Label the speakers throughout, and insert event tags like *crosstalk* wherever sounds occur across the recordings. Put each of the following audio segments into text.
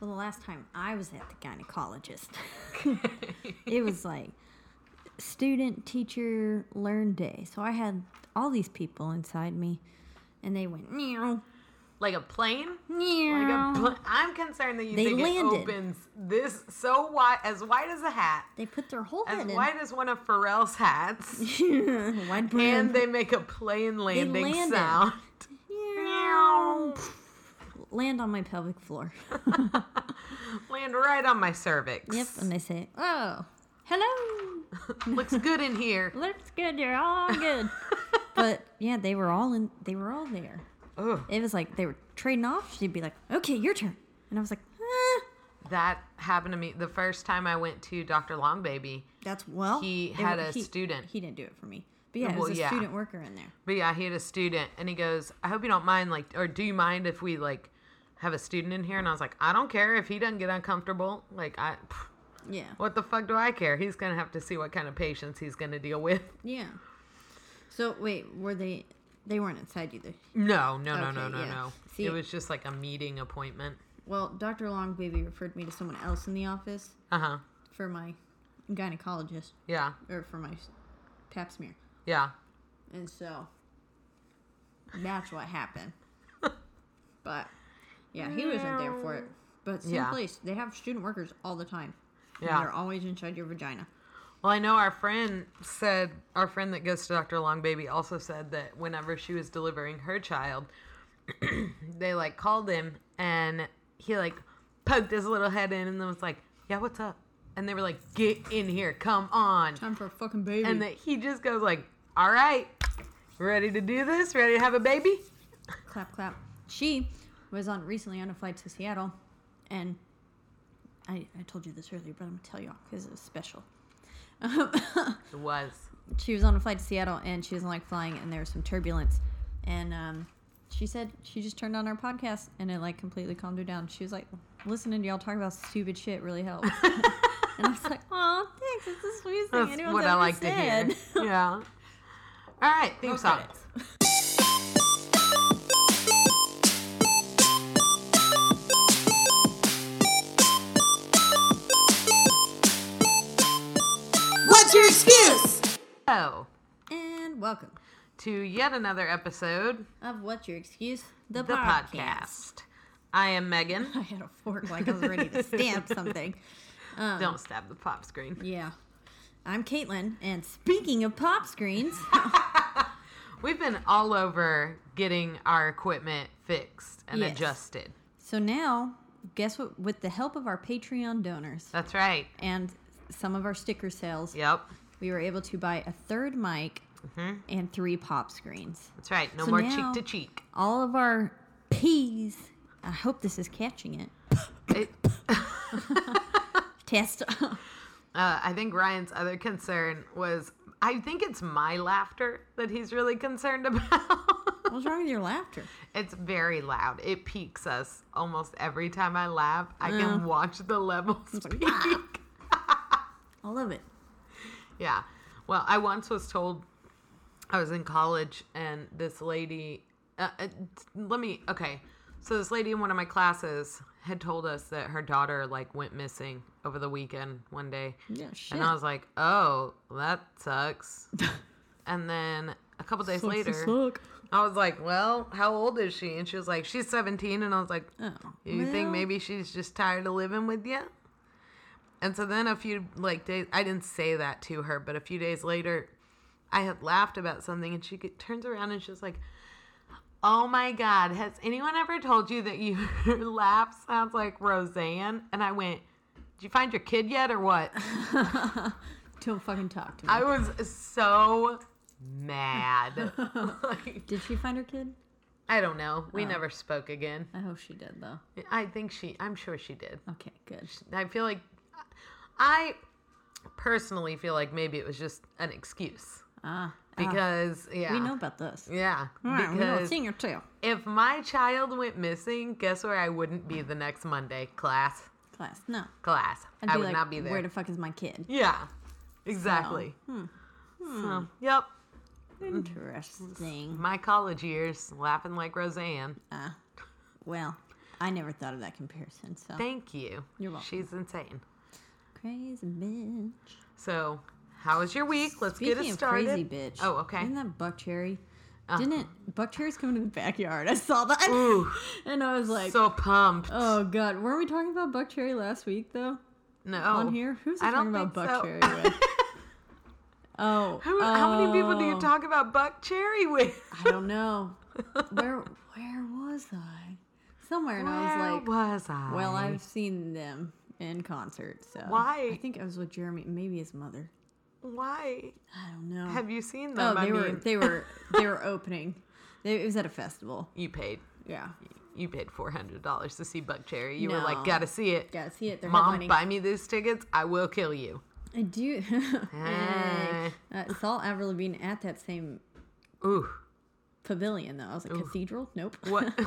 Speaker 1: So the last time I was at the gynecologist, *laughs* it was like student teacher learn day. So I had all these people inside me, and they went meow
Speaker 2: Like a plane? Like
Speaker 1: meow.
Speaker 2: a pl- I'm concerned that you
Speaker 1: They
Speaker 2: think
Speaker 1: landed.
Speaker 2: it opens this so wide, as wide as a hat,
Speaker 1: they put their whole
Speaker 2: as
Speaker 1: head in. *laughs*
Speaker 2: wide as one of Pharrell's hats,
Speaker 1: Wide brim.
Speaker 2: and they make a plane landing
Speaker 1: landed.
Speaker 2: sound. *laughs*
Speaker 1: Meow. land on my pelvic floor.
Speaker 2: *laughs* Land right on my cervix.
Speaker 1: Yep, and they say, "Oh, hello,
Speaker 2: *laughs* Looks good in here.
Speaker 1: looks good. You're all *laughs* good." but yeah, they were all in. They were all there.
Speaker 2: Ugh.
Speaker 1: It was like they were trading off. She'd be like, "Okay, your turn," and I was like, "Ah."
Speaker 2: That happened to me the first time I went to Dr. Longbaby.
Speaker 1: That's well.
Speaker 2: He
Speaker 1: it
Speaker 2: had
Speaker 1: wa-
Speaker 2: a student.
Speaker 1: He didn't do it for me. But yeah, it
Speaker 2: Well,
Speaker 1: was a
Speaker 2: yeah.
Speaker 1: student worker in there.
Speaker 2: But yeah, he had a student, and he goes, "I hope you don't mind, like, or do you mind if we like have a student in here?" And I was like, "I don't care if he doesn't get uncomfortable. Like, I, pff,
Speaker 1: Yeah.
Speaker 2: what the fuck do I care? He's gonna have to see what kind of patients he's gonna deal with."
Speaker 1: Yeah. So wait, were they? They weren't inside you. They-
Speaker 2: *laughs* No, no, no, no,
Speaker 1: Okay,
Speaker 2: no,
Speaker 1: yeah.
Speaker 2: no.
Speaker 1: See-
Speaker 2: it was just like a meeting appointment.
Speaker 1: Well, Dr. Longbaby referred me to someone else in the office
Speaker 2: Uh huh.
Speaker 1: for my gynecologist
Speaker 2: Yeah,
Speaker 1: or for my s- pap smear,
Speaker 2: yeah.
Speaker 1: and so that's what
Speaker 2: *laughs*
Speaker 1: happened. but yeah, he wasn't there for it. But same
Speaker 2: Yeah.
Speaker 1: place. They have student workers all the time. and
Speaker 2: Yeah.
Speaker 1: They're always inside your vagina.
Speaker 2: Well, I know our friend said, our friend that goes to Dr. Longbaby also said that whenever she was delivering her child, *clears throat* they like called him and he like poked his little head in and then was like, yeah, what's up? And they were like, get in here, come on.
Speaker 1: Time for a fucking baby.
Speaker 2: And that he just goes like, all right, ready to do this? Ready to have a baby?
Speaker 1: clap clap she was on recently on a flight to seattle and i, I told you this earlier but i'm gonna tell y'all because it was special
Speaker 2: It was.
Speaker 1: she was on a flight to seattle and she doesn't like flying and there was some turbulence and um, she said she just turned on our podcast and it like completely calmed her down she was like listening to y'all talk about stupid shit really
Speaker 2: *laughs*
Speaker 1: helped and i was like oh thanks it's the sweetest thing
Speaker 2: That's
Speaker 1: anyone's
Speaker 2: what
Speaker 1: ever
Speaker 2: I like
Speaker 1: said.
Speaker 2: *laughs* to hear. Yeah. All right, theme song.
Speaker 3: What's your excuse?
Speaker 2: So,
Speaker 1: and welcome
Speaker 2: to yet another episode
Speaker 1: of what's your excuse the,
Speaker 2: the
Speaker 1: podcast
Speaker 2: podcast. I am Megan.
Speaker 1: I had a fork like I was ready to
Speaker 2: *laughs*
Speaker 1: stamp something.
Speaker 2: Don't stab the pop screen.
Speaker 1: Yeah. I'm Caitlin, and speaking of pop
Speaker 2: *laughs*
Speaker 1: screens,
Speaker 2: We've been all over getting our equipment fixed and
Speaker 1: Yes.
Speaker 2: adjusted.
Speaker 1: so now, guess what? With the help of our Patreon donors
Speaker 2: That's right.
Speaker 1: and some of our sticker sales,
Speaker 2: Yep.
Speaker 1: we were able to buy a third mic
Speaker 2: Mm-hmm.
Speaker 1: and three pop screens.
Speaker 2: That's right. No
Speaker 1: So
Speaker 2: more
Speaker 1: now-
Speaker 2: cheek to cheek.
Speaker 1: All of our P's, I hope this is catching it.
Speaker 2: It, *coughs*
Speaker 1: Test. *laughs*
Speaker 2: uh, I think Ryan's other concern was I think it's my laughter that he's really concerned *laughs* about.
Speaker 1: What's wrong with your
Speaker 2: *laughs*
Speaker 1: laughter?
Speaker 2: it's very loud. It peaks us almost every time I laugh. I can watch the levels *laughs* peak.
Speaker 1: I love it.
Speaker 2: Yeah. Well, I once was told I was in college and this lady, uh, uh, let me, okay. So this lady in one of my classes had told us that her daughter like went missing over the weekend one day.
Speaker 1: Yeah, shit.
Speaker 2: And I was like,
Speaker 1: *laughs*
Speaker 2: oh, that sucks. and then a couple days later, I was like, "Well, how old is she?" And she was like, "She's 17." And I was like, "You think
Speaker 1: Oh, well.
Speaker 2: maybe she's just tired of living with you?" And so then a few like days, I didn't say that to her, but a few days later, I had laughed about something, and she get, turns around and she's like, "Oh my God, has anyone ever told you *laughs* that your laugh sounds like Roseanne?" And I went, "Did you find your kid yet, or what?"
Speaker 1: Don't fucking talk to me.
Speaker 2: I was so mad. *laughs* Like,
Speaker 1: Did she find her kid?
Speaker 2: I don't know. We never spoke again.
Speaker 1: I hope she did though.
Speaker 2: I think she, I'm sure she did.
Speaker 1: Okay, good.
Speaker 2: I feel like, I personally feel like maybe it was just an excuse.
Speaker 1: Ah,
Speaker 2: Because, yeah.
Speaker 1: we know about this.
Speaker 2: Yeah.
Speaker 1: Alright, we know a
Speaker 2: Because
Speaker 1: thing or two.
Speaker 2: if my child went missing, guess where I wouldn't be the next Monday? Class.
Speaker 1: Class, no.
Speaker 2: Class.
Speaker 1: I'd
Speaker 2: I would not be there.
Speaker 1: Where the hmm. fuck is my
Speaker 2: *laughs*
Speaker 1: kid?
Speaker 2: yeah. Exactly. So, yep.
Speaker 1: Interesting.
Speaker 2: My college years, laughing like Roseanne.
Speaker 1: Oh. Well, I never thought of that comparison. So
Speaker 2: Thank you.
Speaker 1: You're welcome.
Speaker 2: She's insane.
Speaker 1: crazy bitch.
Speaker 2: So, how was your week? Let's get
Speaker 1: Speaking
Speaker 2: it
Speaker 1: of
Speaker 2: started.
Speaker 1: crazy bitch.
Speaker 2: Oh, okay. Uh.
Speaker 1: Isn't that Buck Cherry? Didn't it, Buck Cherry's coming to the backyard? *laughs* I saw that, *laughs* and I was like,
Speaker 2: so pumped.
Speaker 1: "Oh God!" Weren't we talking about Buck Cherry last week though?
Speaker 2: no.
Speaker 1: On here, who's I
Speaker 2: Oh, I
Speaker 1: talking
Speaker 2: don't
Speaker 1: about
Speaker 2: think
Speaker 1: Buck
Speaker 2: so.
Speaker 1: Cherry
Speaker 2: *laughs*
Speaker 1: with? Oh,
Speaker 2: Who, How many people do
Speaker 1: oh,
Speaker 2: you talk about Buck Cherry with?
Speaker 1: I don't
Speaker 2: *laughs*
Speaker 1: know. Where where was I? Somewhere, and I was like,
Speaker 2: Where was I?
Speaker 1: Well, I've seen them in concert, so
Speaker 2: Why?
Speaker 1: I think I was with Jeremy, maybe his mother.
Speaker 2: Why
Speaker 1: I don't know.
Speaker 2: have you seen
Speaker 1: Oh,
Speaker 2: them? I
Speaker 1: they were
Speaker 2: mean-
Speaker 1: they were they were opening. They, it was at a festival.
Speaker 2: you paid.
Speaker 1: Yeah,
Speaker 2: You paid four hundred dollars to see Buck Cherry. You were
Speaker 1: No.
Speaker 2: like, gotta see it.
Speaker 1: gotta see it. They're
Speaker 2: Mom,
Speaker 1: headlining.
Speaker 2: buy me these tickets. I will kill you.
Speaker 1: I do. *laughs* hey.
Speaker 2: Hey.
Speaker 1: uh, saw Avril Lavigne at that same
Speaker 2: Ooh,
Speaker 1: pavilion though. I was like, cathedral? Nope.
Speaker 2: *laughs* what?
Speaker 1: *laughs*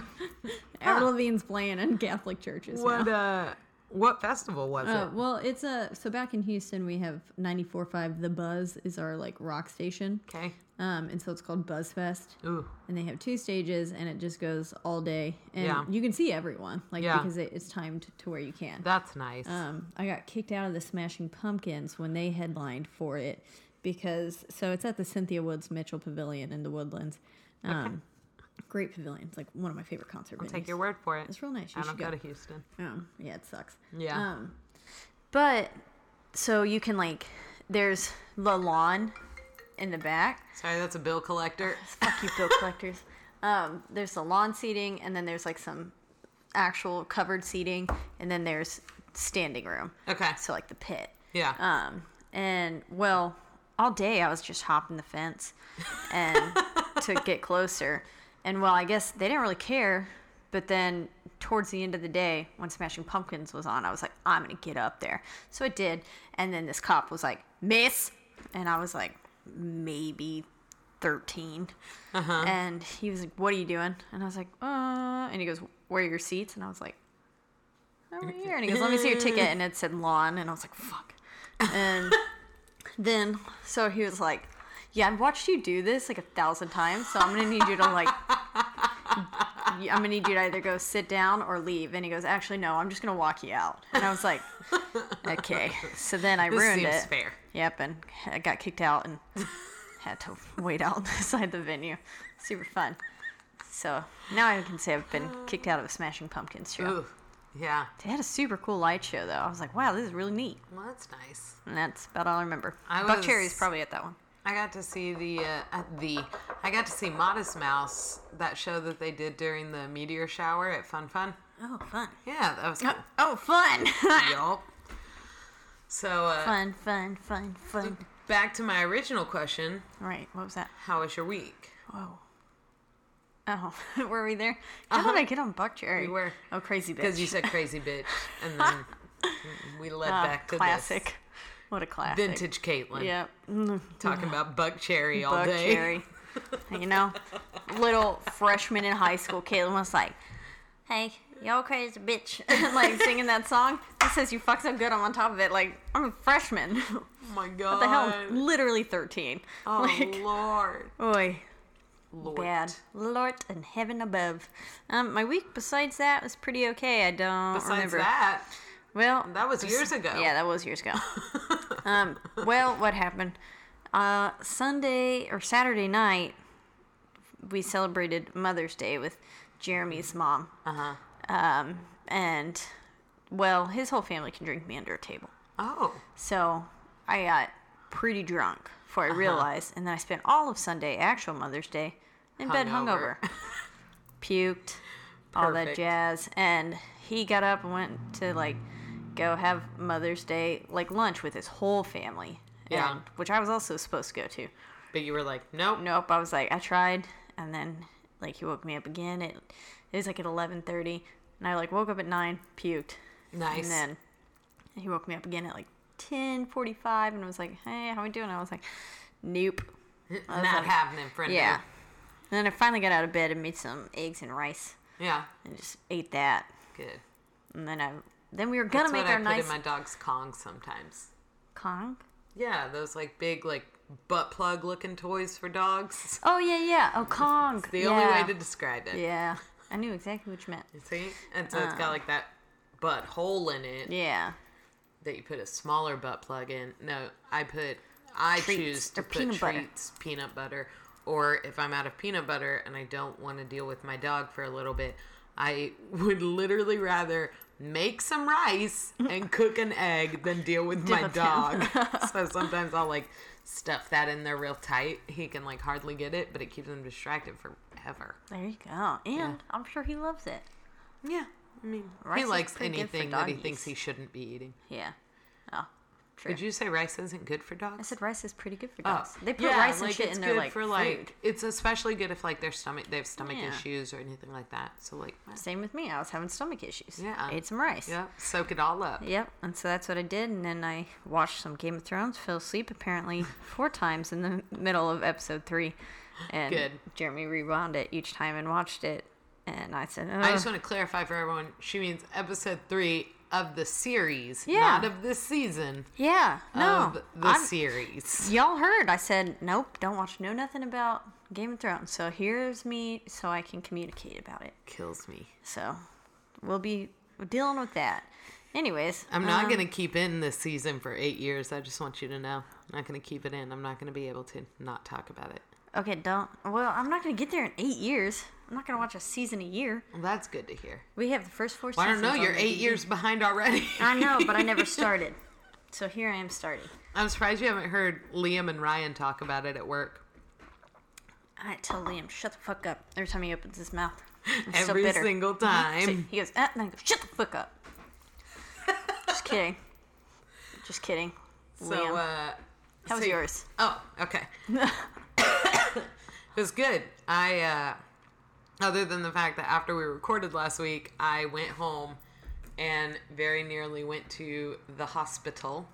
Speaker 1: Avril Lavigne's playing in Catholic churches. now.
Speaker 2: what? Uh, what festival was
Speaker 1: Uh,
Speaker 2: it?
Speaker 1: well, it's a so back in Houston we have 94.5 The Buzz is our like rock station,
Speaker 2: Okay.
Speaker 1: um, and so it's called Buzzfest.
Speaker 2: Ooh,
Speaker 1: and they have two stages and it just goes all day and
Speaker 2: Yeah.
Speaker 1: you can see everyone like
Speaker 2: Yeah.
Speaker 1: because it, it's timed to where you can
Speaker 2: that's nice.
Speaker 1: um, i got kicked out of the smashing pumpkins when they headlined for it because so it's at the cynthia woods mitchell pavilion in the woodlands um, great pavilion it's like one of my favorite concert venues
Speaker 2: Take your word for it.
Speaker 1: it's real nice you
Speaker 2: I don't
Speaker 1: should go,
Speaker 2: go to Houston.
Speaker 1: Um, yeah it sucks
Speaker 2: Yeah.
Speaker 1: um, but so you can like there's the lawn in the back
Speaker 2: Sorry, that's a bill collector.
Speaker 1: *laughs* fuck you bill collectors um, there's the lawn seating and then there's like some actual covered seating and then there's standing room
Speaker 2: Okay.
Speaker 1: so like the pit
Speaker 2: Yeah.
Speaker 1: um, and well all day i was just hopping the fence and to get closer and well i guess they didn't really care but then towards the end of the day when smashing pumpkins was on i was like i'm gonna get up there so i did and then this cop was like miss and i was like maybe 13
Speaker 2: Uh-huh.
Speaker 1: and he was like what are you doing and i was like uh and he goes where are your seats and i was like
Speaker 2: *laughs*
Speaker 1: over here and he goes let me see your ticket and it said lawn and i was like fuck
Speaker 2: *laughs*
Speaker 1: and then so he was like yeah i've watched you do this like a thousand times so i'm gonna need you to like i'm gonna need you to either go sit down or leave and he goes actually no i'm just gonna walk you out and i was
Speaker 2: *laughs*
Speaker 1: like okay so then i
Speaker 2: This
Speaker 1: ruined
Speaker 2: seems
Speaker 1: it
Speaker 2: fair.
Speaker 1: Yep, and I got kicked out and *laughs* had to wait outside the venue. Super fun. So now I can say I've been kicked out of a Smashing Pumpkins show.
Speaker 2: Ooh, yeah.
Speaker 1: They had a super cool light show though. I was like, wow, this is really neat.
Speaker 2: Well, that's nice.
Speaker 1: And that's about all I remember.
Speaker 2: I
Speaker 1: Buck
Speaker 2: was-
Speaker 1: Cherry's probably at that one.
Speaker 2: I got to see the uh, uh, the I got to see Modest Mouse that show that they did during the meteor shower at Fun Fun.
Speaker 1: Oh, fun.
Speaker 2: Yeah, that was cool.
Speaker 1: Oh, fun. *laughs* Ah.
Speaker 2: Yup. So uh,
Speaker 1: fun, fun, fun, fun.
Speaker 2: back to my original question:
Speaker 1: All right, what was that?
Speaker 2: How was your week?
Speaker 1: Whoa. Oh, *laughs* were we there? How did I get on Buck Cherry?
Speaker 2: Uh-huh. We were.
Speaker 1: Oh, crazy bitch.
Speaker 2: Because you said crazy bitch, and then
Speaker 1: *laughs*
Speaker 2: we led
Speaker 1: Ah,
Speaker 2: back to this.
Speaker 1: classic. What a classic.
Speaker 2: vintage Caitlin
Speaker 1: Yep.
Speaker 2: talking about Buck Cherry all
Speaker 1: Buck
Speaker 2: day.
Speaker 1: Cherry. you know, little freshman in high school, Caitlin was like, "Hey, y'all crazy bitch," *laughs* like singing that song. It says you fuck so good. I'm on top of it. Like I'm a freshman.
Speaker 2: *laughs*
Speaker 1: *laughs*
Speaker 2: Oh my
Speaker 1: what
Speaker 2: god!
Speaker 1: the hell? Literally 13.
Speaker 2: Oh
Speaker 1: *laughs* like,
Speaker 2: lord,
Speaker 1: oi,
Speaker 2: lord.
Speaker 1: bad. Lord in heaven above. Um, my week besides that was pretty okay. I don't
Speaker 2: Besides
Speaker 1: remember.
Speaker 2: that,
Speaker 1: Well,
Speaker 2: that was years ago.
Speaker 1: Yeah, that was years ago. um, well, what happened? Uh, Sunday or Saturday night, we celebrated Mother's Day with Jeremy's mom. Uh huh. Um, and well, his whole family can drink me under a table.
Speaker 2: Oh.
Speaker 1: So I got pretty drunk before
Speaker 2: Uh-huh.
Speaker 1: I realized, and then I spent all of Sunday, actual Mother's Day, in bed hungover,
Speaker 2: *laughs* Hungover.
Speaker 1: puked, all that
Speaker 2: Perfect.
Speaker 1: jazz. And he got up and went to like go have Mother's Day like lunch with his whole family.
Speaker 2: Yeah.
Speaker 1: and- which I was also supposed to go to.
Speaker 2: But you were like, nope.
Speaker 1: Nope, I was like, I tried, and then like he woke me up again. It it was like at eleven thirty, and I like woke up at nine, puked,
Speaker 2: Nice.
Speaker 1: and then he woke me up again at like ten forty five, and was like, Hey, how we doing? I was like, Nope.
Speaker 2: Not happening, friend.
Speaker 1: Yeah. And then I finally got out of bed and made some eggs and rice,
Speaker 2: Yeah.
Speaker 1: and just ate that.
Speaker 2: Good.
Speaker 1: And then I then we were gonna
Speaker 2: That's
Speaker 1: make
Speaker 2: what I
Speaker 1: our
Speaker 2: put
Speaker 1: nice
Speaker 2: in my dog's Kong sometimes.
Speaker 1: Kong.
Speaker 2: Yeah, those like big like butt plug looking toys for dogs.
Speaker 1: Oh yeah, yeah. Oh Kong.
Speaker 2: It's the
Speaker 1: yeah.
Speaker 2: only way to describe it.
Speaker 1: Yeah, Uh. I knew exactly what you meant.
Speaker 2: See? And so it's got like that butt hole in it
Speaker 1: Yeah.
Speaker 2: that you put a smaller butt plug in. No, I put I
Speaker 1: Treats
Speaker 2: choose to
Speaker 1: or
Speaker 2: put
Speaker 1: peanut butter.
Speaker 2: treats, peanut butter, or if I'm out of peanut butter and I don't want to deal with my dog for a little bit, I *laughs* would literally rather make some rice
Speaker 1: *laughs*
Speaker 2: and cook an egg than deal with my
Speaker 1: with
Speaker 2: dog. *laughs*
Speaker 1: *laughs*
Speaker 2: so sometimes I'll like stuff that in there real tight. He can like hardly get it, but it keeps him distracted forever.
Speaker 1: There you go. And I'm sure he loves it.
Speaker 2: Yeah. I mean,
Speaker 1: Rice
Speaker 2: he
Speaker 1: is
Speaker 2: likes
Speaker 1: pretty good for
Speaker 2: anything that he
Speaker 1: doggies.
Speaker 2: thinks he shouldn't be eating.
Speaker 1: Yeah. Oh, true.
Speaker 2: Did you say rice isn't good for dogs?
Speaker 1: I said rice is pretty good for
Speaker 2: Oh,
Speaker 1: dogs. They put
Speaker 2: yeah,
Speaker 1: rice and
Speaker 2: like,
Speaker 1: shit
Speaker 2: it's
Speaker 1: in their
Speaker 2: good
Speaker 1: like,
Speaker 2: for
Speaker 1: food.
Speaker 2: like it's especially good if like their stomach they have stomach
Speaker 1: Yeah.
Speaker 2: issues or anything like that. So like
Speaker 1: Same with me. I was having stomach issues.
Speaker 2: yeah,
Speaker 1: Ate some rice.
Speaker 2: Yeah, soak it all up.
Speaker 1: Yep. And so that's what I did. And then I watched some Game of Thrones, fell asleep
Speaker 2: *laughs*
Speaker 1: apparently four times in the middle of episode three. And
Speaker 2: Good.
Speaker 1: Jeremy rewound it each time and watched it. And I said,
Speaker 2: I just
Speaker 1: "Ugh."
Speaker 2: want to clarify for everyone. She means episode three of the series,
Speaker 1: Yeah.
Speaker 2: not of this season.
Speaker 1: yeah, no.
Speaker 2: of the
Speaker 1: I'm- *laughs*
Speaker 2: series.
Speaker 1: Y'all heard. I said, nope, don't watch, know nothing about Game of Thrones. So here's me so I can communicate about it.
Speaker 2: Kills me.
Speaker 1: So we'll be dealing with that. Anyways,
Speaker 2: I'm not gonna
Speaker 1: Um,
Speaker 2: keep in this season for eight years. I just want you to know. I'm not gonna keep it in. I'm not gonna be able to not talk about it.
Speaker 1: okay, don't. Well, I'm not going to get there in eight years. I'm not going to watch a season a year.
Speaker 2: Well, that's good to hear.
Speaker 1: We have the first four
Speaker 2: Well, I
Speaker 1: seasons.
Speaker 2: don't know.
Speaker 1: on
Speaker 2: You're
Speaker 1: the
Speaker 2: eight
Speaker 1: DVD. *laughs*
Speaker 2: years behind already.
Speaker 1: I know, but I
Speaker 2: *laughs*
Speaker 1: never started. So here I am starting.
Speaker 2: I'm surprised you haven't heard Liam and Ryan talk about it at work.
Speaker 1: I tell Liam, shut the fuck up every time he opens his mouth. I'm so
Speaker 2: Every
Speaker 1: bitter.
Speaker 2: single
Speaker 1: See,
Speaker 2: time.
Speaker 1: He goes, ah, and I go, shut the fuck up. Just kidding. Just kidding.
Speaker 2: So, uh,
Speaker 1: How was
Speaker 2: so-
Speaker 1: yours?
Speaker 2: Oh, okay. it was good. I, uh, other than the fact that after we recorded last week, I went home and very nearly went to the hospital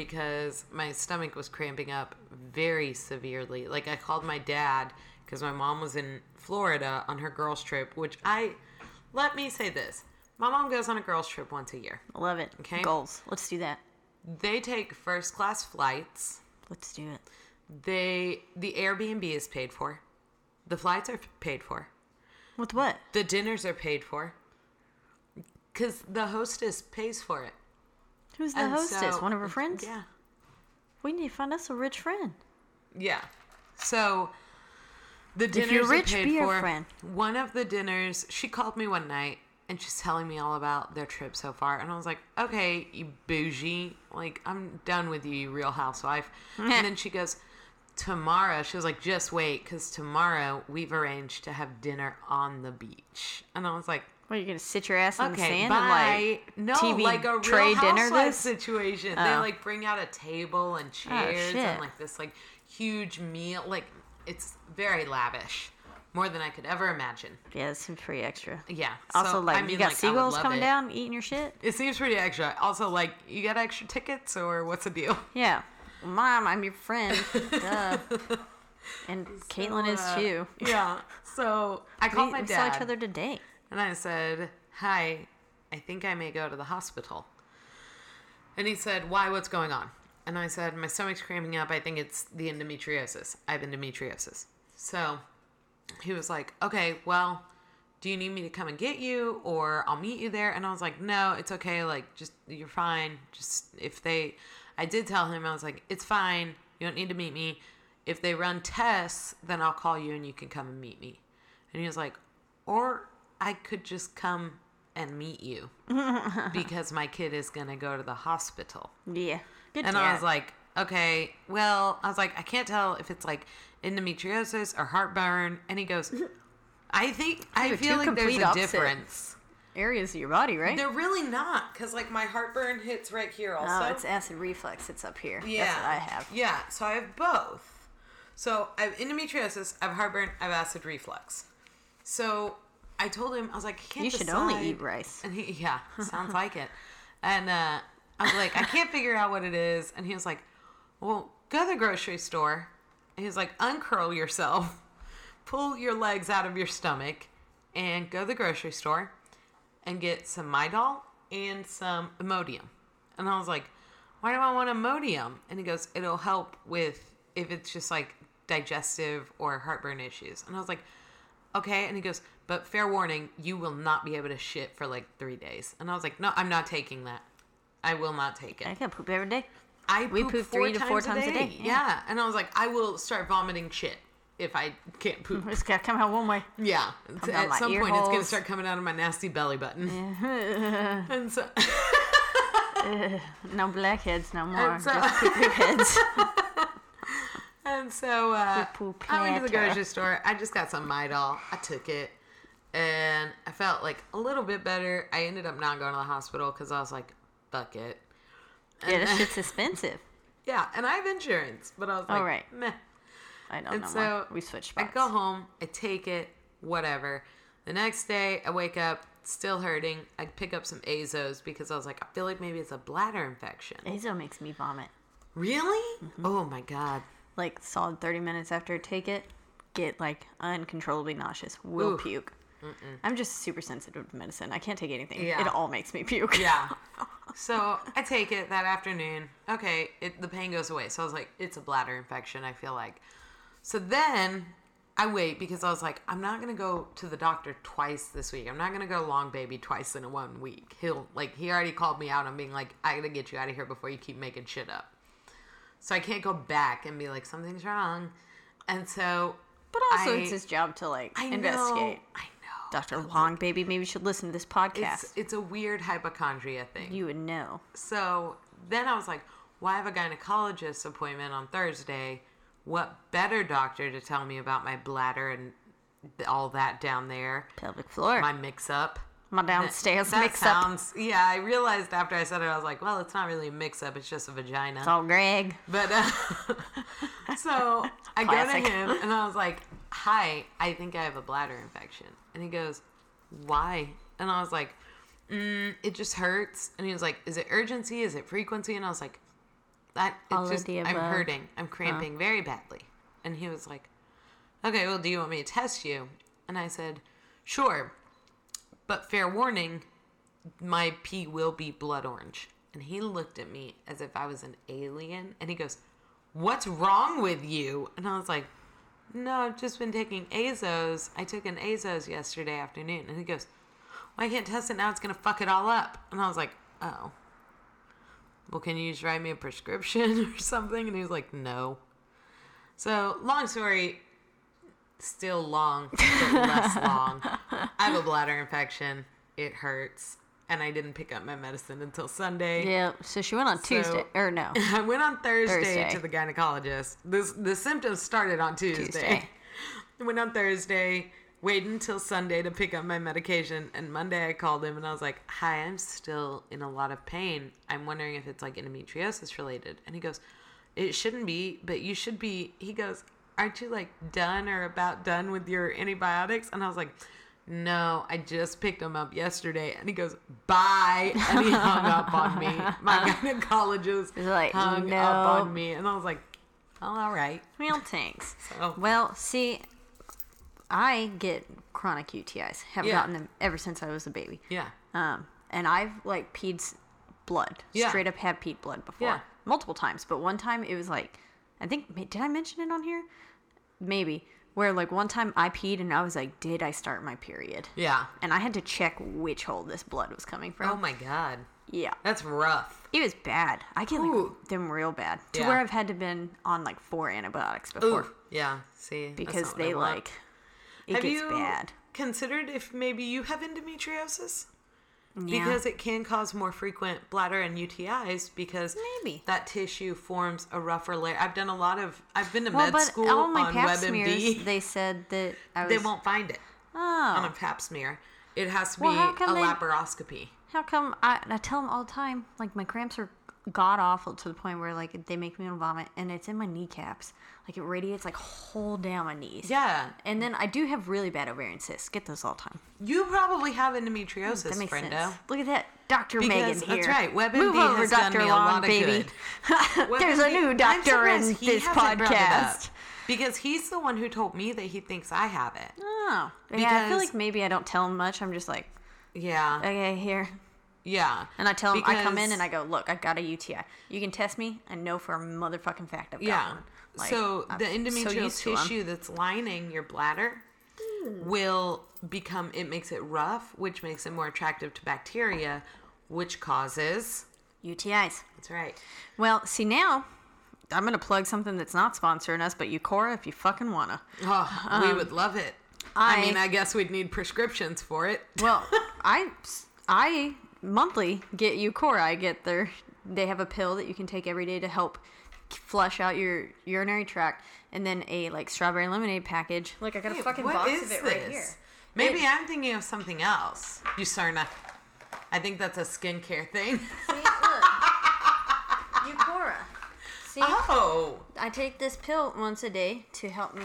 Speaker 2: because my stomach was cramping up very severely. Like, I called my dad because my mom was in Florida on her girls' trip, which I, let me say this. My mom goes on a girls' trip once a year.
Speaker 1: Love it.
Speaker 2: okay.
Speaker 1: Goals. Let's do that.
Speaker 2: They take first class flights.
Speaker 1: Let's do it.
Speaker 2: They the Airbnb is paid for. The flights are paid for.
Speaker 1: With what?
Speaker 2: The dinners are paid for. Cuz the hostess pays for it.
Speaker 1: Who's the
Speaker 2: And
Speaker 1: hostess?
Speaker 2: so-
Speaker 1: One of her friends?
Speaker 2: Yeah.
Speaker 1: We need to find us a rich friend.
Speaker 2: Yeah. So the
Speaker 1: you're
Speaker 2: dinners are
Speaker 1: rich,
Speaker 2: paid
Speaker 1: be our
Speaker 2: for.
Speaker 1: friend.
Speaker 2: One of the dinners, she called me one night and she's telling me all about their trip so far, and I was like, "Okay, you bougie, like I'm done with you, you Real
Speaker 1: *laughs*
Speaker 2: Housewife." and then she goes, "Tomorrow," she was like, "Just wait, because tomorrow we've arranged to have dinner on the beach," and I was like.
Speaker 1: What, you're going to sit your ass on the
Speaker 2: Okay,
Speaker 1: sand
Speaker 2: bye.
Speaker 1: and like
Speaker 2: no,
Speaker 1: TV
Speaker 2: like a
Speaker 1: tray
Speaker 2: real
Speaker 1: dinner
Speaker 2: Housewives
Speaker 1: this? Oh.
Speaker 2: situation. They like bring out a table and chairs
Speaker 1: shit.
Speaker 2: and like this like huge meal. Like it's very lavish, more than I could ever imagine.
Speaker 1: Yeah, that seems pretty extra.
Speaker 2: Yeah.
Speaker 1: Also,
Speaker 2: so,
Speaker 1: like,
Speaker 2: I
Speaker 1: you
Speaker 2: mean,
Speaker 1: got
Speaker 2: like, I would
Speaker 1: seagulls
Speaker 2: love
Speaker 1: coming
Speaker 2: it.
Speaker 1: down eating your shit?
Speaker 2: It seems pretty extra. Also, like you got extra tickets or what's
Speaker 1: *laughs*
Speaker 2: the deal?
Speaker 1: Yeah. Mom, I'm your
Speaker 2: *laughs*
Speaker 1: friend. Duh. And Caitlin is
Speaker 2: Uh,
Speaker 1: too.
Speaker 2: Yeah. So I
Speaker 1: We,
Speaker 2: called my
Speaker 1: we saw
Speaker 2: dad.
Speaker 1: each other today.
Speaker 2: And I said, Hi, I think I may go to the hospital. And he said, Why? What's going on? And I said, My stomach's cramping up. I think it's the endometriosis. I have endometriosis. So he was like, Okay, well, do you need me to come and get you or I'll meet you there? And I was like, No, it's okay. Like, just, you're fine. Just if they, I did tell him, I was like, It's fine. You don't need to meet me. if they run tests, then I'll call you and you can come and meet me. And he was like, or I could just come and meet you because my kid is going to go to the hospital.
Speaker 1: Yeah.
Speaker 2: *laughs*
Speaker 1: Good
Speaker 2: and I
Speaker 1: cat.
Speaker 2: was like, okay, well, I was like, I can't tell if it's like endometriosis or heartburn. And he *laughs* goes, I think, I
Speaker 1: are
Speaker 2: feel
Speaker 1: two
Speaker 2: like there's
Speaker 1: complete
Speaker 2: a
Speaker 1: opposites.
Speaker 2: difference.
Speaker 1: areas of your body, right?
Speaker 2: They're really not because like my heartburn hits right here also.
Speaker 1: oh, it's acid reflux. It's up here. That's what I have.
Speaker 2: Yeah, so I have both. So I have endometriosis, I have heartburn, I have acid reflux. So I told him, I was like, I can't
Speaker 1: You should only
Speaker 2: decide.
Speaker 1: eat rice.
Speaker 2: And he, *laughs* yeah, sounds like it. And uh, I was like, I can't figure out what it is. And he was like, Well, go to the grocery store. And he was like, Uncurl yourself, *laughs* pull your legs out of your stomach, and go to the grocery store and get some Midol and some Imodium. And I was like, why do I want Imodium? And he goes, it'll help with if it's just like digestive or heartburn issues. And I was like, okay. And he goes, but fair warning, you will not be able to shit for like three days. And I was like, no, I'm not taking that. I will not take it.
Speaker 1: I can poop every day.
Speaker 2: I
Speaker 1: We poop three to four times a day,
Speaker 2: Yeah. And I was like, I will start vomiting shit if I can't poop.
Speaker 1: *laughs* It's gotta come out one way.
Speaker 2: Yeah. It's-
Speaker 1: down
Speaker 2: at
Speaker 1: my
Speaker 2: some
Speaker 1: ear
Speaker 2: point, it's going to
Speaker 1: holes.
Speaker 2: start coming out of my nasty belly
Speaker 1: *laughs*
Speaker 2: button. and so.
Speaker 1: No blackheads, no more.
Speaker 2: And so-
Speaker 1: Just poop your
Speaker 2: *laughs*
Speaker 1: heads.
Speaker 2: And so uh,
Speaker 1: Poo-poo
Speaker 2: I went to the
Speaker 1: platter.
Speaker 2: grocery store. I just got some Midol. I took it, and I felt like a little bit better. I ended up not going to the hospital because I was like, "Fuck it."
Speaker 1: yeah, this shit's expensive.
Speaker 2: Yeah, and I have insurance, but I was like,
Speaker 1: All right.
Speaker 2: meh.
Speaker 1: I don't
Speaker 2: And
Speaker 1: know
Speaker 2: so
Speaker 1: why. We switched
Speaker 2: I
Speaker 1: spots.
Speaker 2: go home. I take it. Whatever. The next day, I wake up still hurting. I pick up some Azos because I was like, I feel like maybe it's a bladder infection.
Speaker 1: Azo makes me vomit.
Speaker 2: Really?
Speaker 1: Mm-hmm.
Speaker 2: Oh my god.
Speaker 1: Like solid 30 minutes after I take it, get like uncontrollably nauseous. Will
Speaker 2: Oof.
Speaker 1: puke. I'm just super sensitive to medicine. I can't take anything.
Speaker 2: Yeah.
Speaker 1: It all makes me puke.
Speaker 2: Yeah. *laughs* So I take it that afternoon. Okay, it, the pain goes away. So I was like, it's a bladder infection, I feel like. So then I wait because I was like, I'm not going to go to the doctor twice this week. I'm not going to go to Long Baby twice in one week. He'll, like, he already called me out on being like, I got to get you out of here before you keep making shit up. So I can't go back and be like, something's wrong. And so.
Speaker 1: *laughs* But also, it's
Speaker 2: I-
Speaker 1: his job to like
Speaker 2: I know-
Speaker 1: investigate.
Speaker 2: I know.
Speaker 1: Dr. Long, baby, maybe you should listen to this podcast.
Speaker 2: It's, it's a weird hypochondria thing.
Speaker 1: you would know.
Speaker 2: So then I was like, well, I have a gynecologist appointment on Thursday. What better doctor to tell me about my bladder and all that down there?
Speaker 1: Pelvic floor.
Speaker 2: My
Speaker 1: My,
Speaker 2: mix up.
Speaker 1: downstairs
Speaker 2: *laughs* That
Speaker 1: mix up.
Speaker 2: sounds, yeah, I realized after I said it, I was like, well, it's not really a mix up, it's just a vagina.
Speaker 1: It's all
Speaker 2: *laughs*
Speaker 1: Greg.
Speaker 2: But uh, so I go
Speaker 1: Classic.
Speaker 2: to him and I was like, "Hi, I think I have a bladder infection." And he goes, "Why?" And I was like, mm, "It just hurts." And he was like, "Is it urgency? Is it frequency?" And I was like, "That
Speaker 1: All of
Speaker 2: it's just
Speaker 1: the
Speaker 2: I'm
Speaker 1: above.
Speaker 2: hurting. I'm cramping very badly." And he was like, "Okay, well, do you want me to test you?" And I said, "Sure, but fair warning, my pee will be blood orange. And he looked at me as if I was an alien and he goes, What's wrong with you? And I was like, No, I've just been taking Azos. I took an Azos yesterday afternoon. And he goes, Well, I can't test it now. It's going to fuck it all up. And I was like, Oh. Well, can you just write me a prescription *laughs* or something? And he was like, No. So, long story, still long, but
Speaker 1: *laughs*
Speaker 2: less long. I have a bladder infection. It hurts. And I didn't pick up my medicine until Sunday.
Speaker 1: Yeah. So she went on Tuesday. Or no.
Speaker 2: *laughs* I went on Thursday,
Speaker 1: Thursday.
Speaker 2: to the gynecologist. This the symptoms started on *laughs* Tuesday.
Speaker 1: Tuesday.
Speaker 2: went on Thursday, waited until Sunday to pick up my medication, and Monday I called him and I was like, "Hi, I'm still in a lot of pain. I'm wondering if it's like endometriosis related." And he goes, "It shouldn't be, but you should be." He goes, "Aren't you like done or about done with your antibiotics?" And I was like. No, I just picked him up yesterday, and he goes bye, and he hung up on me.
Speaker 1: *laughs*
Speaker 2: My gynecologist
Speaker 1: He's like,
Speaker 2: hung up
Speaker 1: "No."
Speaker 2: on me, and I was like, oh, "All right."
Speaker 1: Real tanks.
Speaker 2: *laughs* So-
Speaker 1: Well, see, I get chronic UTIs. Have
Speaker 2: Yeah.
Speaker 1: gotten them ever since I was a baby.
Speaker 2: Yeah,
Speaker 1: Um, and I've like peed s- blood.
Speaker 2: Yeah.
Speaker 1: Straight up had peed blood before.
Speaker 2: Yeah.
Speaker 1: Multiple times. But one time it was like, I think, ma- did I mention it on here? Maybe. Where like one time I peed and I was like, did I start my period?
Speaker 2: yeah.
Speaker 1: And I had to check which hole this blood was coming from.
Speaker 2: Oh my god.
Speaker 1: Yeah.
Speaker 2: That's rough.
Speaker 1: It was bad. I get like
Speaker 2: Ooh.
Speaker 1: them real bad to
Speaker 2: Yeah.
Speaker 1: where I've had to been on like four antibiotics before
Speaker 2: Oof. Yeah. See. that's
Speaker 1: because
Speaker 2: not what I
Speaker 1: they
Speaker 2: want.
Speaker 1: like it gets bad.
Speaker 2: considered if maybe you have endometriosis?
Speaker 1: Yeah.
Speaker 2: Because it can cause more frequent bladder and UTIs because
Speaker 1: Maybe.
Speaker 2: that tissue forms a rougher layer. I've done a lot of. I've been to
Speaker 1: well,
Speaker 2: med
Speaker 1: but
Speaker 2: school
Speaker 1: all my
Speaker 2: on
Speaker 1: pap
Speaker 2: WebMD.
Speaker 1: smears, they said that I was.
Speaker 2: *laughs* they won't find it on a
Speaker 1: Oh,
Speaker 2: pap smear. It has to be
Speaker 1: Well, how
Speaker 2: a
Speaker 1: can they-
Speaker 2: laparoscopy.
Speaker 1: how come I? I tell them all the time, like my cramps are god awful to the point where like they make me want to vomit, and it's in my kneecaps. Like it radiates like whole down my knees.
Speaker 2: Yeah,
Speaker 1: And then I do have really bad ovarian cysts. Get those all the time.
Speaker 2: you probably have endometriosis,
Speaker 1: That makes
Speaker 2: friendo.
Speaker 1: sense. Look at that, Doctor Megan
Speaker 2: Because-
Speaker 1: here.
Speaker 2: that's right, WebMD
Speaker 1: Move over,
Speaker 2: has done
Speaker 1: Doctor
Speaker 2: me a
Speaker 1: Long,
Speaker 2: lot of
Speaker 1: baby. *laughs*
Speaker 2: Well,
Speaker 1: There's a
Speaker 2: then he-
Speaker 1: new
Speaker 2: I'm
Speaker 1: doctor in
Speaker 2: surprised he
Speaker 1: this
Speaker 2: hasn't brought it up,
Speaker 1: podcast.
Speaker 2: because he's the one who told me that he thinks I have it.
Speaker 1: Oh, yeah. I feel
Speaker 2: Because-
Speaker 1: like maybe I don't tell him much. I'm just like,
Speaker 2: Yeah,
Speaker 1: okay, here.
Speaker 2: yeah.
Speaker 1: Uh, And I tell him I come in
Speaker 2: Because-
Speaker 1: and I go, look, I got a UTI. You can test me. I know for a motherfucking fact I've got
Speaker 2: Yeah.
Speaker 1: one. Like,
Speaker 2: so
Speaker 1: I'm
Speaker 2: the
Speaker 1: so
Speaker 2: endometrial
Speaker 1: used to Hmm. 'em.
Speaker 2: tissue that's lining your bladder will become it makes it rough, which makes it more attractive to bacteria, which causes
Speaker 1: UTIs.
Speaker 2: that's right.
Speaker 1: Well, see now, I'm gonna plug something that's not sponsoring us, but Eucora, if you fucking wanna.
Speaker 2: Oh, we would love it. I,
Speaker 1: Um, I-
Speaker 2: mean, I guess we'd need prescriptions for it. *laughs*
Speaker 1: Well, I I monthly get Eucora. I get their they have a pill that you can take every day to help flush out your urinary tract, and then a like strawberry lemonade package. Look, I got a fucking
Speaker 2: What
Speaker 1: box
Speaker 2: is
Speaker 1: of it
Speaker 2: this?
Speaker 1: right here.
Speaker 2: Maybe I'm thinking of something else. Userna. I think that's a skincare thing. *laughs*
Speaker 1: See, look, Eucora. See,
Speaker 2: Oh,
Speaker 1: I take this pill once a day to help me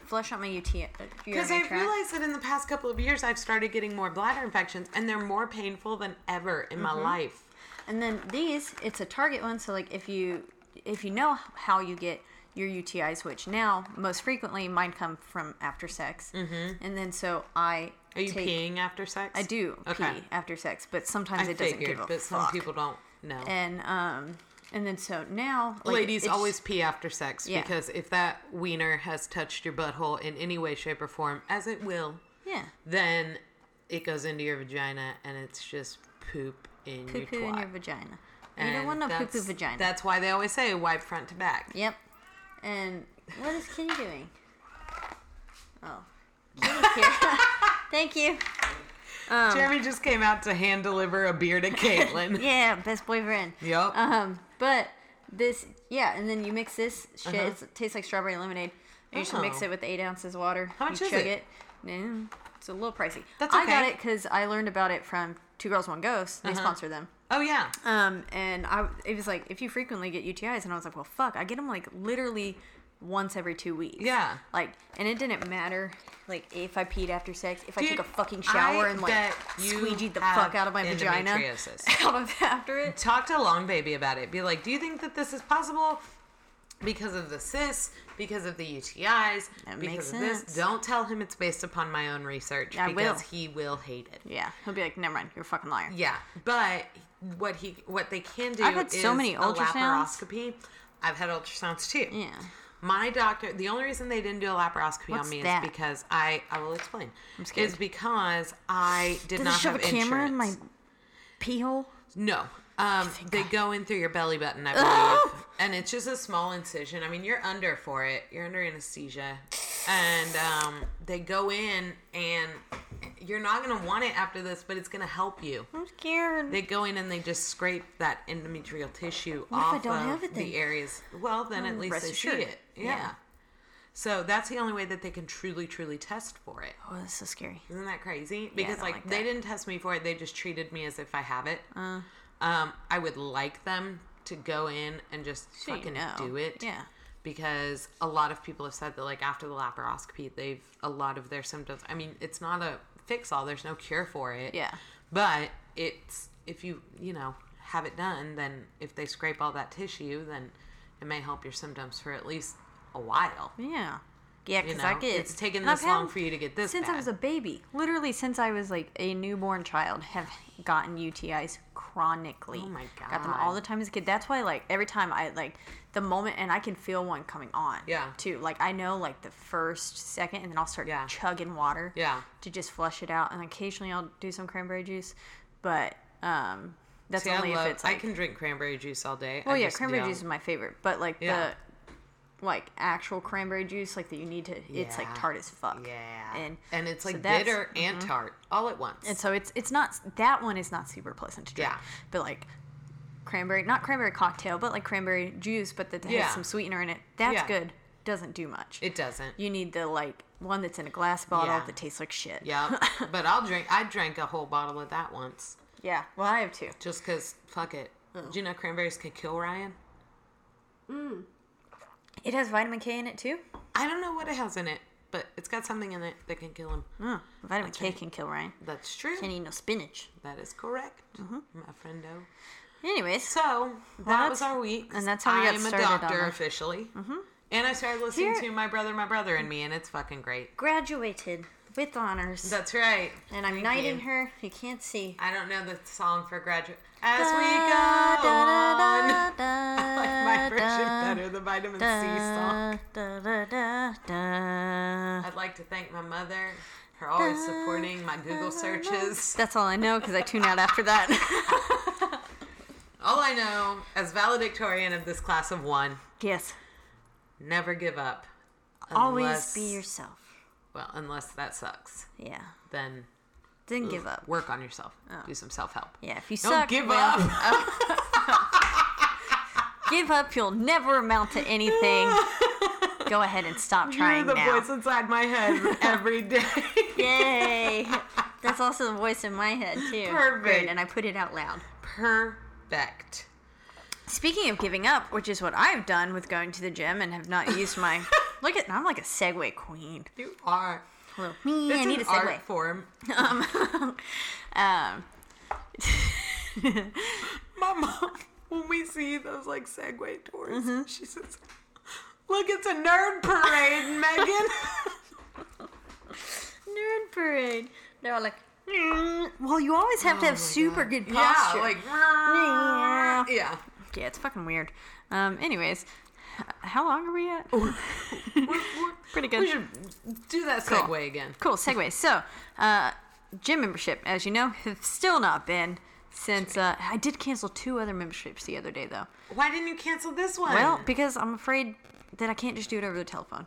Speaker 1: flush out my uh, UTI.
Speaker 2: because I realized that in the past couple of years, I've started getting more bladder infections, and they're more painful than ever in
Speaker 1: Mm-hmm.
Speaker 2: my life.
Speaker 1: And then these, it's a target one. So like if you if you know how you get your UTIs, which now most frequently mine come from after sex, mm-hmm. and then so I
Speaker 2: Are you
Speaker 1: take-
Speaker 2: peeing after sex?
Speaker 1: I do
Speaker 2: Okay.
Speaker 1: pee after sex, but sometimes
Speaker 2: I
Speaker 1: it doesn't
Speaker 2: figured,
Speaker 1: give a
Speaker 2: but some
Speaker 1: fuck.
Speaker 2: people don't know.
Speaker 1: and um and then so now like,
Speaker 2: Ladies
Speaker 1: it's-
Speaker 2: always pee after sex
Speaker 1: Yeah.
Speaker 2: because if that wiener has touched your butthole in any way, shape, or form, as it will,
Speaker 1: yeah
Speaker 2: then it goes into your vagina and it's just poop in
Speaker 1: poo
Speaker 2: your
Speaker 1: poo
Speaker 2: twat.
Speaker 1: in your vagina. You don't
Speaker 2: And
Speaker 1: want no poo poo
Speaker 2: that's-
Speaker 1: vagina.
Speaker 2: That's why they always say wipe front to back.
Speaker 1: Yep. And what is Kitty doing? Oh,
Speaker 2: *laughs*
Speaker 1: Kitty's here. *laughs* Thank you.
Speaker 2: Jeremy just came out to hand deliver a
Speaker 1: *laughs*
Speaker 2: beer to Caitlin.
Speaker 1: Um, Yeah, best boyfriend.
Speaker 2: Yep.
Speaker 1: Um, but this, yeah, and then you mix this shit. It's, it tastes like strawberry lemonade. You should mix
Speaker 2: Uh-huh. Oh.
Speaker 1: it with eight ounces of water.
Speaker 2: How much
Speaker 1: you
Speaker 2: is
Speaker 1: chug
Speaker 2: it?
Speaker 1: No, it's a little pricey.
Speaker 2: That's
Speaker 1: I got
Speaker 2: okay.
Speaker 1: it because I learned about it from Two Girls One Ghost. They sponsor them.
Speaker 2: Oh yeah.
Speaker 1: Um, and I, it was like if you frequently get UTIs, and I was like, well, fuck, I get them like literally once every two weeks.
Speaker 2: Yeah.
Speaker 1: Like, and it didn't matter, like if I peed after sex, if I
Speaker 2: Dude,
Speaker 1: took a fucking shower
Speaker 2: I
Speaker 1: and like
Speaker 2: bet you
Speaker 1: squeegeed the
Speaker 2: have
Speaker 1: fuck out of my vagina, *laughs*
Speaker 2: endometriosis. *laughs*
Speaker 1: out of after it.
Speaker 2: Talk to Long Baby about it. Be like, do you think that this is possible? Because of the cysts, because of the UTIs,
Speaker 1: That
Speaker 2: because
Speaker 1: makes
Speaker 2: of
Speaker 1: sense.
Speaker 2: this. Don't tell him it's based upon my own research
Speaker 1: I
Speaker 2: because
Speaker 1: will.
Speaker 2: he will hate it.
Speaker 1: Yeah, he'll be like, never mind, you're a fucking liar.
Speaker 2: Yeah, but what he what they can do
Speaker 1: I've had so
Speaker 2: is
Speaker 1: many
Speaker 2: a
Speaker 1: ultrasounds.
Speaker 2: laparoscopy. I've had ultrasounds too.
Speaker 1: Yeah.
Speaker 2: My doctor, the only reason they didn't do a laparoscopy
Speaker 1: What's
Speaker 2: on me is
Speaker 1: that?
Speaker 2: because I I will explain. I'm
Speaker 1: scared.
Speaker 2: Is because I did
Speaker 1: Did they
Speaker 2: not
Speaker 1: shove
Speaker 2: have
Speaker 1: a camera
Speaker 2: insurance.
Speaker 1: in my pee hole?
Speaker 2: No. Um, they go in through your belly button, I believe, and it's just a small incision. I mean, you're under for it. You're under anesthesia, and um, they go in, and you're not gonna want it after this, but it's gonna help you.
Speaker 1: I'm scared.
Speaker 2: They go in and they just scrape that endometrial tissue
Speaker 1: if I
Speaker 2: off
Speaker 1: don't
Speaker 2: of
Speaker 1: have it then?
Speaker 2: the areas. Well, then at least
Speaker 1: rest
Speaker 2: they see
Speaker 1: assured.
Speaker 2: it. Yeah.
Speaker 1: Yeah.
Speaker 2: So that's the only way that they can truly, truly test for it.
Speaker 1: oh, that's so scary.
Speaker 2: Isn't that crazy? Because
Speaker 1: don't
Speaker 2: like,
Speaker 1: like
Speaker 2: they
Speaker 1: that. Uh.
Speaker 2: didn't test me for it. They just treated me as if I have it. Um, I would like them to go in and just
Speaker 1: So you
Speaker 2: fucking
Speaker 1: know.
Speaker 2: do it.
Speaker 1: Yeah.
Speaker 2: Because a lot of people have said that like after the laparoscopy, they've a lot of their symptoms. I mean, it's not a fix all. There's no cure for it.
Speaker 1: Yeah.
Speaker 2: But it's if you you know have it done, then if they scrape all that tissue, then it may help your symptoms for at least a while.
Speaker 1: Yeah. Yeah,
Speaker 2: You
Speaker 1: because I
Speaker 2: know,
Speaker 1: get
Speaker 2: it's taken
Speaker 1: and I've
Speaker 2: this long
Speaker 1: had-
Speaker 2: for you to get this
Speaker 1: Since I was a
Speaker 2: bad.
Speaker 1: baby, literally since I was like a newborn child, have gotten UTIs chronically.
Speaker 2: Oh my
Speaker 1: Got them all
Speaker 2: God.
Speaker 1: the time as a kid. That's why, like every time I like the moment, and I can feel one coming on.
Speaker 2: Yeah.
Speaker 1: Too. Like I know, like the first, second, and then I'll start
Speaker 2: Yeah.
Speaker 1: chugging water.
Speaker 2: Yeah.
Speaker 1: To just flush it out, and occasionally I'll do some cranberry juice, but um, That's
Speaker 2: See, I
Speaker 1: only
Speaker 2: love-
Speaker 1: if it's
Speaker 2: I
Speaker 1: like.
Speaker 2: can drink cranberry juice all day.
Speaker 1: well,
Speaker 2: I
Speaker 1: yeah,
Speaker 2: just
Speaker 1: cranberry
Speaker 2: don't.
Speaker 1: juice is my favorite, but like
Speaker 2: Yeah.
Speaker 1: the like actual cranberry juice, like that you need to. It's like
Speaker 2: Yeah.
Speaker 1: tart as fuck.
Speaker 2: Yeah,
Speaker 1: and
Speaker 2: and it's
Speaker 1: so
Speaker 2: like
Speaker 1: that's-
Speaker 2: bitter and tart all at once.
Speaker 1: And so it's it's not that one is not super pleasant to drink.
Speaker 2: Yeah.
Speaker 1: But like cranberry, not cranberry cocktail, but like cranberry juice, but that
Speaker 2: Yeah.
Speaker 1: has some sweetener in it. That's
Speaker 2: Yeah.
Speaker 1: good. Doesn't do much.
Speaker 2: it doesn't.
Speaker 1: you need the like one that's in a glass bottle
Speaker 2: Yeah.
Speaker 1: that tastes like shit. *laughs*
Speaker 2: Yeah, but I'll drink. I drank a whole bottle of that once,
Speaker 1: Yeah. Well, I have two.
Speaker 2: just because. Fuck it.
Speaker 1: Oh.
Speaker 2: Do you know cranberries can kill Ryan?
Speaker 1: It has vitamin K in it too.
Speaker 2: I don't know what it has in it, but it's got something in it that can kill him.
Speaker 1: Mm. Vitamin K can kill Ryan.
Speaker 2: That's true.
Speaker 1: Can't eat no spinach.
Speaker 2: That is correct,
Speaker 1: Mm-hmm.
Speaker 2: my friendo.
Speaker 1: Anyways,
Speaker 2: So that
Speaker 1: that's-
Speaker 2: was our week,
Speaker 1: and that's how we got
Speaker 2: I'm
Speaker 1: started
Speaker 2: a
Speaker 1: on
Speaker 2: doctor
Speaker 1: it.
Speaker 2: officially, and I started listening
Speaker 1: Here-
Speaker 2: to my brother, my brother, and me, and it's fucking great.
Speaker 1: graduated with honors.
Speaker 2: That's right.
Speaker 1: and I'm
Speaker 2: Thank
Speaker 1: knighting
Speaker 2: you.
Speaker 1: her. You can't see.
Speaker 2: I don't know the song for graduate. As we
Speaker 1: Da,
Speaker 2: go on.
Speaker 1: da, da,
Speaker 2: *laughs* I like my version
Speaker 1: da,
Speaker 2: better, the vitamin C song.
Speaker 1: Da, da, da, da.
Speaker 2: I'd like to thank my mother for always supporting my Google searches.
Speaker 1: That's all I know because I tune out after that. *laughs*
Speaker 2: All I know, as valedictorian of this class of one,
Speaker 1: yes.
Speaker 2: never give up.
Speaker 1: Always
Speaker 2: Unless-
Speaker 1: be yourself.
Speaker 2: Well, unless that sucks,
Speaker 1: Yeah.
Speaker 2: then
Speaker 1: Then give up.
Speaker 2: work on yourself. Do some self help.
Speaker 1: Oh. Yeah, if you
Speaker 2: Don't
Speaker 1: suck, *laughs*
Speaker 2: give
Speaker 1: well,
Speaker 2: up.
Speaker 1: give up. You'll never amount to
Speaker 2: *laughs*
Speaker 1: anything. Go ahead and stop
Speaker 2: You're
Speaker 1: trying
Speaker 2: the
Speaker 1: now.
Speaker 2: voice inside
Speaker 1: *laughs*
Speaker 2: my head every day. *laughs*
Speaker 1: Yay! *laughs* That's also the voice in my head too.
Speaker 2: *laughs* Perfect.
Speaker 1: Great, and I put it out loud.
Speaker 2: Perfect.
Speaker 1: Speaking of giving up, which is what I've done with going to the gym and have not used *laughs* my look at. I'm like a segue queen.
Speaker 2: You are.
Speaker 1: Hello, me. I
Speaker 2: It's
Speaker 1: need
Speaker 2: an
Speaker 1: a segue.
Speaker 2: art form.
Speaker 1: um, um, *laughs*
Speaker 2: My mom, *laughs* when we see those like Segway tours,
Speaker 1: Mm-hmm.
Speaker 2: she says, "Look, it's a
Speaker 1: *laughs*
Speaker 2: nerd parade, Megan."
Speaker 1: nerd parade. They're all like, "Mm." well, you always have to have super good
Speaker 2: yeah,
Speaker 1: posture.
Speaker 2: like
Speaker 1: Yeah.
Speaker 2: yeah.
Speaker 1: yeah, it's fucking weird. Um, anyways, h- how long are we at? *laughs* Pretty good.
Speaker 2: We should do that
Speaker 1: Cool.
Speaker 2: Segway again.
Speaker 1: Cool segue. So, uh, gym membership, as you know, *laughs* have still not been since uh, I did cancel two other memberships the other day though.
Speaker 2: Why didn't you cancel this one?
Speaker 1: Well, because I'm afraid that I can't just do it over the telephone.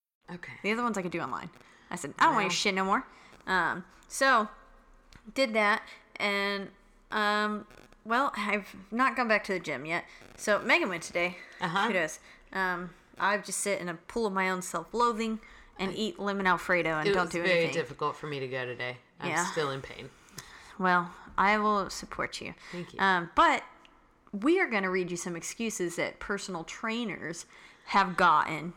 Speaker 2: okay.
Speaker 1: The other ones I could do online. I said, I don't want your shit no more. Um, so did that, and um, well, I've not gone back to the gym yet. So Megan went today.
Speaker 2: Uh-huh.
Speaker 1: Kudos. Um, I just sit in a pool of my own self-loathing and eat lemon alfredo and
Speaker 2: It
Speaker 1: don't
Speaker 2: was
Speaker 1: do
Speaker 2: very
Speaker 1: anything.
Speaker 2: difficult for me to go today. I'm
Speaker 1: Yeah.
Speaker 2: still in pain.
Speaker 1: Well, I will support you.
Speaker 2: Thank you.
Speaker 1: Um, but we are going to read you some excuses that personal trainers have gotten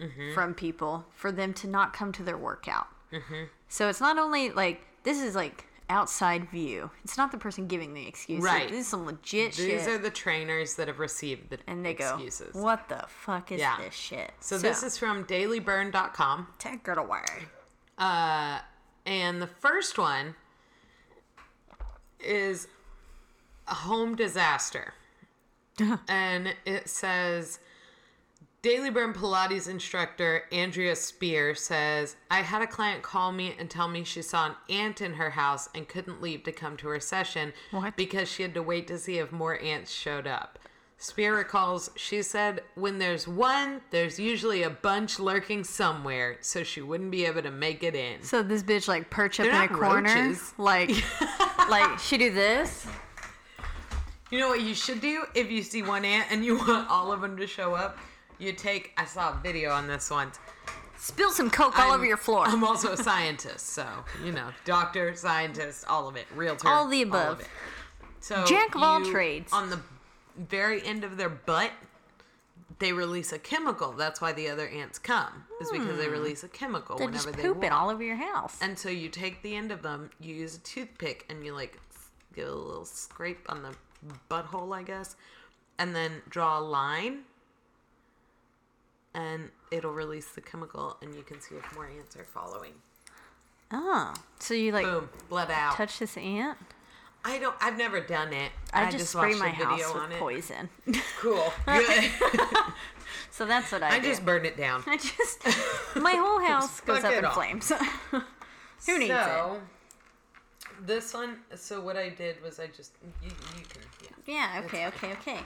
Speaker 2: Mm-hmm.
Speaker 1: from people for them to not come to their workout.
Speaker 2: Mm-hmm.
Speaker 1: So it's not only like this is like outside view. It's not the person giving the excuse. Like,
Speaker 2: Right.
Speaker 1: this is some legit
Speaker 2: These
Speaker 1: shit.
Speaker 2: are the trainers that have received the
Speaker 1: and they
Speaker 2: excuses.
Speaker 1: go, "What the fuck is
Speaker 2: Yeah.
Speaker 1: this shit?"
Speaker 2: So, this is from dailyburn.com.
Speaker 1: take it away.
Speaker 2: Uh, and the first one is a home disaster. and it says Daily Burn Pilates instructor Andrea Spear says, I had a client call me and tell me she saw an ant in her house and couldn't leave to come to her session because she had to wait to see if more ants showed up. Spear recalls, she said, when there's one, there's usually a bunch lurking somewhere, so she wouldn't be able to make it in.
Speaker 1: So this bitch like perch up
Speaker 2: They're
Speaker 1: in a
Speaker 2: not
Speaker 1: corner,
Speaker 2: roaches.
Speaker 1: like like she do this.
Speaker 2: You know what you should do if you see one ant and you *laughs* want all of them to show up? You take, I saw a video on this once.
Speaker 1: Spill some
Speaker 2: *laughs*
Speaker 1: coke all
Speaker 2: I'm-
Speaker 1: over your floor.
Speaker 2: I'm also a scientist, so you know, doctor, scientist, all of it, realtor,
Speaker 1: All the
Speaker 2: of
Speaker 1: above.
Speaker 2: it. So
Speaker 1: Jack of all
Speaker 2: you-
Speaker 1: trades.
Speaker 2: On the very end of their butt, they release a chemical. That's why the other ants come, is because they release a chemical
Speaker 1: Hmm. They're
Speaker 2: whenever
Speaker 1: just
Speaker 2: they
Speaker 1: pooping
Speaker 2: walk.
Speaker 1: all over your house.
Speaker 2: And so you take the end of them, you use a toothpick, and you like s- get a little scrape on the butthole, I guess, and then draw a line, and it'll release the chemical, and you can see if more ants are following.
Speaker 1: Oh, so you like
Speaker 2: Boom, blood out.
Speaker 1: touch this ant?
Speaker 2: I don't. I've never done it.
Speaker 1: I, just, spray
Speaker 2: watched a
Speaker 1: my house
Speaker 2: video on
Speaker 1: with
Speaker 2: it.
Speaker 1: poison.
Speaker 2: *laughs* Cool. Good.
Speaker 1: *laughs* so that's what I,
Speaker 2: I
Speaker 1: do.
Speaker 2: just burned it *laughs* down.
Speaker 1: *laughs* I just
Speaker 2: *laughs*
Speaker 1: my whole house goes
Speaker 2: Fuck
Speaker 1: up
Speaker 2: it
Speaker 1: in
Speaker 2: all.
Speaker 1: flames. *laughs* Who needs
Speaker 2: so, This one. So what I did was I just you, you can yeah.
Speaker 1: it? Yeah. Okay. Okay. Okay.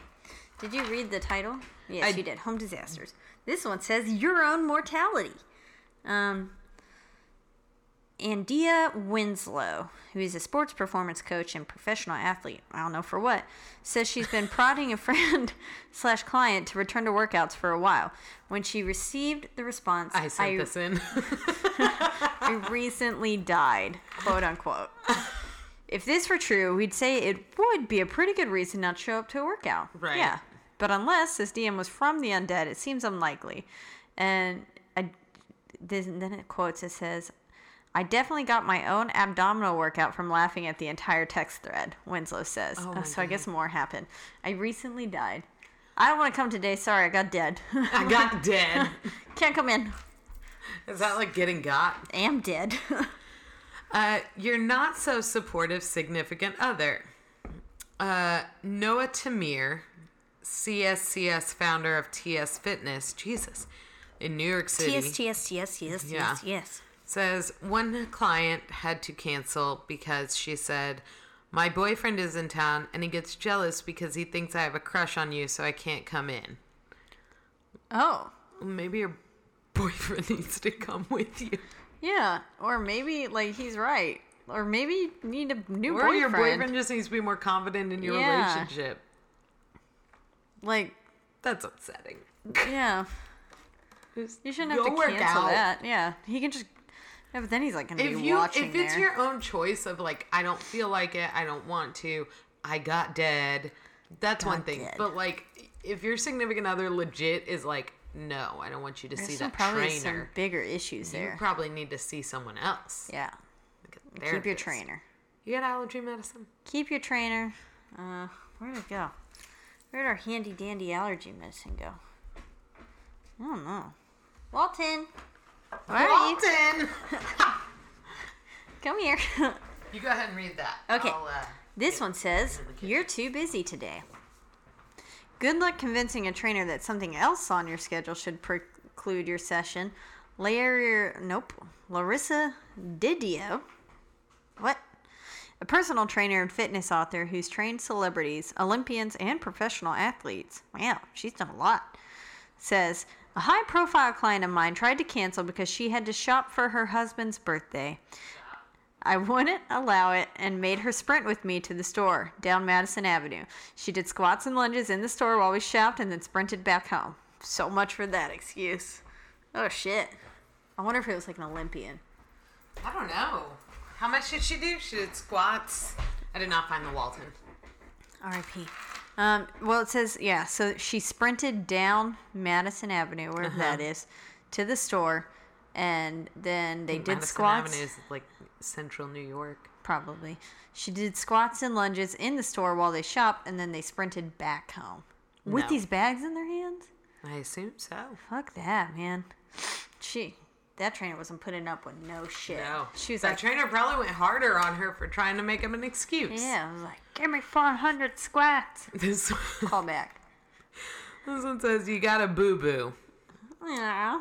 Speaker 1: Did you read the title? Yes,
Speaker 2: I-
Speaker 1: you did. Home disasters. This one says your own mortality. Um, Andia Winslow, who is a sports performance coach and professional athlete, I don't know for what, says she's been prodding a friend *laughs* slash client to return to workouts for a while. When she received the response,
Speaker 2: I sent this in.
Speaker 1: I recently died, quote unquote. if this were true, we'd say it would be a pretty good reason not to show up to a workout.
Speaker 2: Right.
Speaker 1: Yeah. But unless this DM was from the undead, it seems unlikely. And I, this, then it quotes, it says, I definitely got my own abdominal workout from laughing at the entire text thread, Winslow says.
Speaker 2: Oh
Speaker 1: Uh,
Speaker 2: my
Speaker 1: so I guess more happened. I recently died. I don't want to come today. Sorry, I got dead. *laughs*
Speaker 2: I *laughs* got dead.
Speaker 1: Can't come in.
Speaker 2: Is that like getting got?
Speaker 1: Am dead. *laughs*
Speaker 2: Uh, your not so supportive significant other. Uh, Noah Tamir, CSCS founder of TS Fitness, Jesus, in New York City.
Speaker 1: yes, yes, yes, yes,
Speaker 2: Yeah.
Speaker 1: yes, yes.
Speaker 2: says one client had to cancel because she said, My boyfriend is in town and he gets jealous because he thinks I have a crush on you, so I can't come in.
Speaker 1: Oh,
Speaker 2: Maybe your boyfriend *laughs* needs to come with you.
Speaker 1: yeah. Or maybe like he's right. Or maybe you need a new
Speaker 2: Or
Speaker 1: boyfriend.
Speaker 2: your boyfriend just needs to be more confident in your
Speaker 1: Yeah.
Speaker 2: relationship.
Speaker 1: Like,
Speaker 2: That's upsetting.
Speaker 1: yeah. You shouldn't have
Speaker 2: Go
Speaker 1: to
Speaker 2: work
Speaker 1: cancel
Speaker 2: out.
Speaker 1: that. Yeah, he can just. Yeah, but then he's like gonna
Speaker 2: If
Speaker 1: be
Speaker 2: you if
Speaker 1: watching
Speaker 2: it's
Speaker 1: there.
Speaker 2: your own choice of like I don't feel like it, I don't want to, I got dead. That's one thing.
Speaker 1: dead.
Speaker 2: But like if your significant other legit is like no, I don't want you to
Speaker 1: There's
Speaker 2: see
Speaker 1: some
Speaker 2: that
Speaker 1: probably some
Speaker 2: trainer.
Speaker 1: bigger issues
Speaker 2: You
Speaker 1: there.
Speaker 2: probably need to see someone else.
Speaker 1: yeah,
Speaker 2: Like a
Speaker 1: keep your
Speaker 2: therapist.
Speaker 1: trainer.
Speaker 2: You got allergy medicine?
Speaker 1: Keep your trainer. Uh, where'd it go? Where'd our handy dandy allergy medicine go? I don't know. Walton, where are you?
Speaker 2: Walton! *laughs*
Speaker 1: Come here. *laughs*
Speaker 2: You go ahead and read that.
Speaker 1: Okay.
Speaker 2: I'll, uh,
Speaker 1: This one says, You're too busy today. Good luck convincing a trainer that something else on your schedule should preclude your session. Larry, nope, Larissa Didio. What? A personal trainer and fitness author who's trained celebrities, Olympians, and professional athletes. Wow, she's done a lot. Says, a high profile client of mine tried to cancel because she had to shop for her husband's birthday. I wouldn't allow it and made her sprint with me to the store down Madison Avenue. She did squats and lunges in the store while we shopped and then sprinted back home. So much for that excuse. Oh shit. I wonder if it was like an Olympian.
Speaker 2: I don't know. How much did she do? She did squats. I did not find the Walton.
Speaker 1: R.I.P. Um, well, it says, yeah, so she sprinted down Madison Avenue, wherever that
Speaker 2: Uh-huh.
Speaker 1: is, to the store, and then they did
Speaker 2: Madison
Speaker 1: squats.
Speaker 2: Avenue is like central New York.
Speaker 1: Probably. She did squats and lunges in the store while they shopped, and then they sprinted back home. With
Speaker 2: No.
Speaker 1: these bags in their hands?
Speaker 2: I assume so.
Speaker 1: Fuck that, man. She, that trainer wasn't putting up with no shit.
Speaker 2: No.
Speaker 1: She was
Speaker 2: that
Speaker 1: like,
Speaker 2: trainer probably went harder on her for trying to make him an excuse.
Speaker 1: yeah, I was like, give me 400 squats.
Speaker 2: *laughs* This,
Speaker 1: Call back.
Speaker 2: this one says you got a boo boo.
Speaker 1: Yeah.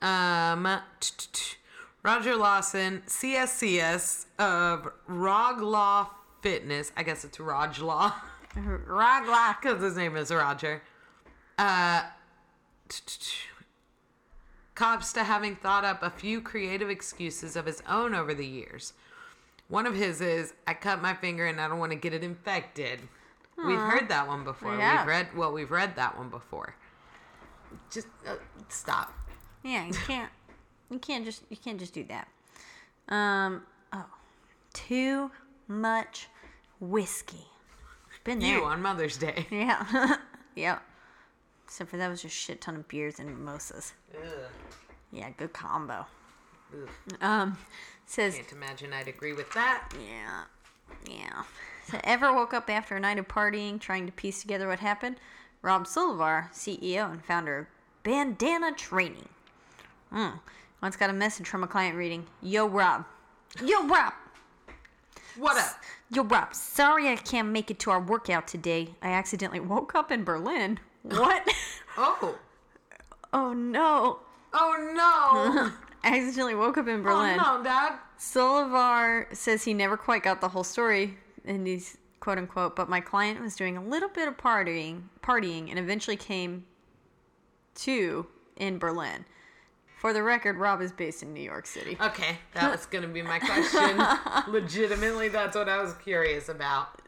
Speaker 2: Um, t-t-t. Roger Lawson, CSCS of Rog Law Fitness. I guess it's Rog Law *laughs*
Speaker 1: Rock lock.
Speaker 2: because his name is Roger. Uh, t-t-t. cops to having thought up a few creative excuses of his own over the years. One of his is, I cut my finger and I don't want to get it infected. We've heard that one before.
Speaker 1: Yeah.
Speaker 2: We've read, well, we've read that one before. Just uh, stop.
Speaker 1: Yeah, you can't. You can't just. You can't just do that. Um. Oh, too much whiskey. Been there.
Speaker 2: You on Mother's *laughs* Day.
Speaker 1: Yeah. *laughs* yeah. Except for that was just shit ton of beers and mimosas. Yeah, good combo. Um, says
Speaker 2: Can't imagine I'd agree with that.
Speaker 1: yeah, yeah. So Ever woke up after a night of partying, trying to piece together what happened. Rob Silvar, CEO and founder of Bandana Training. Mm. Once got a message from a client reading, Yo, Rob. Yo, Rob.
Speaker 2: What up?
Speaker 1: Yo, Rob. Sorry I can't make it to our workout today. I accidentally woke up in Berlin. What?
Speaker 2: Oh.
Speaker 1: oh, no.
Speaker 2: Oh
Speaker 1: *laughs*
Speaker 2: no.
Speaker 1: I accidentally woke up in
Speaker 2: oh
Speaker 1: Berlin.
Speaker 2: no, Dad.
Speaker 1: Solovar says he never quite got the whole story, and he's quote unquote. But my client was doing a little bit of partying, partying, and eventually came to in Berlin. For the record, Rob is based in New York City.
Speaker 2: Okay,
Speaker 1: *laughs*
Speaker 2: that was gonna be my question. Legitimately, that's what I was curious about.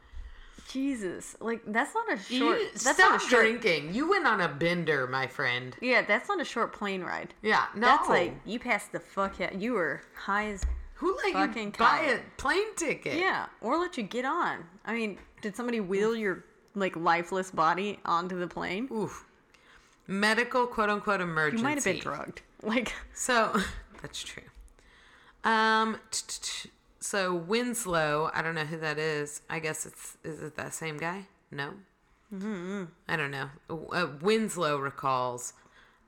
Speaker 1: Jesus, like that's not a short.
Speaker 2: You
Speaker 1: that's
Speaker 2: stop
Speaker 1: not a short.
Speaker 2: drinking. You went on a bender, my friend.
Speaker 1: Yeah, that's not a short plane ride.
Speaker 2: Yeah, no.
Speaker 1: That's like you passed the fuck out. You were high as
Speaker 2: who let you
Speaker 1: fucking
Speaker 2: buy
Speaker 1: coward.
Speaker 2: a plane ticket?
Speaker 1: Yeah, or let you get on. I mean, did somebody wheel your like lifeless body onto the plane?
Speaker 2: Oof. Medical quote unquote emergency.
Speaker 1: You might have been drugged. *laughs* Like,
Speaker 2: So *laughs* that's true. Um, t- t- t- so Winslow, I don't know who that is. I guess it's is it that same guy? No, I don't know. Uh, Winslow recalls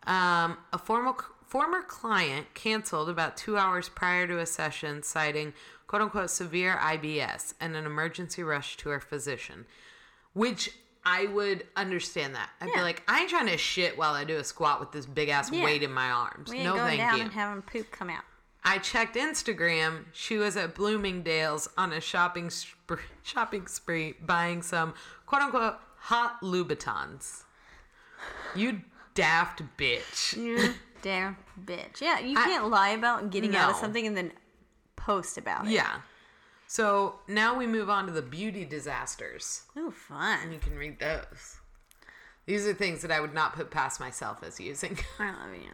Speaker 2: um, a formal former client canceled about two hours prior to a session, citing "quote unquote" severe IBS and an emergency rush to her physician, which. I would understand that. I'd be like, I ain't trying to shit while I do a squat with this big ass
Speaker 1: Yeah.
Speaker 2: weight in my arms.
Speaker 1: we ain't
Speaker 2: no,
Speaker 1: going
Speaker 2: thank
Speaker 1: down
Speaker 2: you.
Speaker 1: and having poop come out.
Speaker 2: I checked Instagram. She was at Bloomingdale's on a shopping spree, *laughs* shopping spree buying some quote unquote hot Louboutins. You daft bitch.
Speaker 1: You *laughs* damn bitch. Yeah, you can't lie about getting out of
Speaker 2: No.
Speaker 1: something and then post about it.
Speaker 2: Yeah. So now we move on to the beauty disasters.
Speaker 1: Ooh,
Speaker 2: You
Speaker 1: fun.
Speaker 2: can read those. These are things that I would not put past myself as using.
Speaker 1: I love you.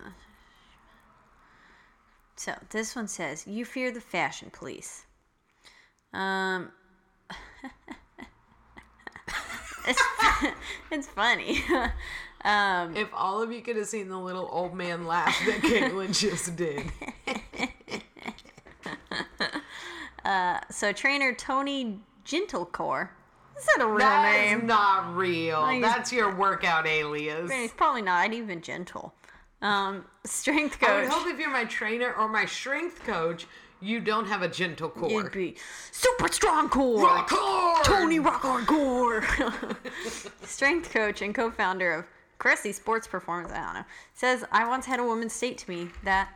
Speaker 1: So this one says, "You fear the fashion police." Um, *laughs* it's *laughs* it's funny. Um,
Speaker 2: if all of you could have seen the little old man laugh
Speaker 1: *laughs*
Speaker 2: that Caitlin just did.
Speaker 1: So trainer Tony Gentlecore. Is that a real
Speaker 2: That
Speaker 1: name?
Speaker 2: is not real.
Speaker 1: he's-
Speaker 2: That's your workout alias.
Speaker 1: He's probably not even gentle. Um, strength
Speaker 2: I
Speaker 1: coach.
Speaker 2: would hope if you're my trainer or my strength coach, you don't have a gentle core.
Speaker 1: You'd be super strong core.
Speaker 2: Rock hard!
Speaker 1: Tony Rock Hardcore. *laughs* Strength coach and co founder of Cressy Sports Performance, I don't know, says, I once had a woman state to me that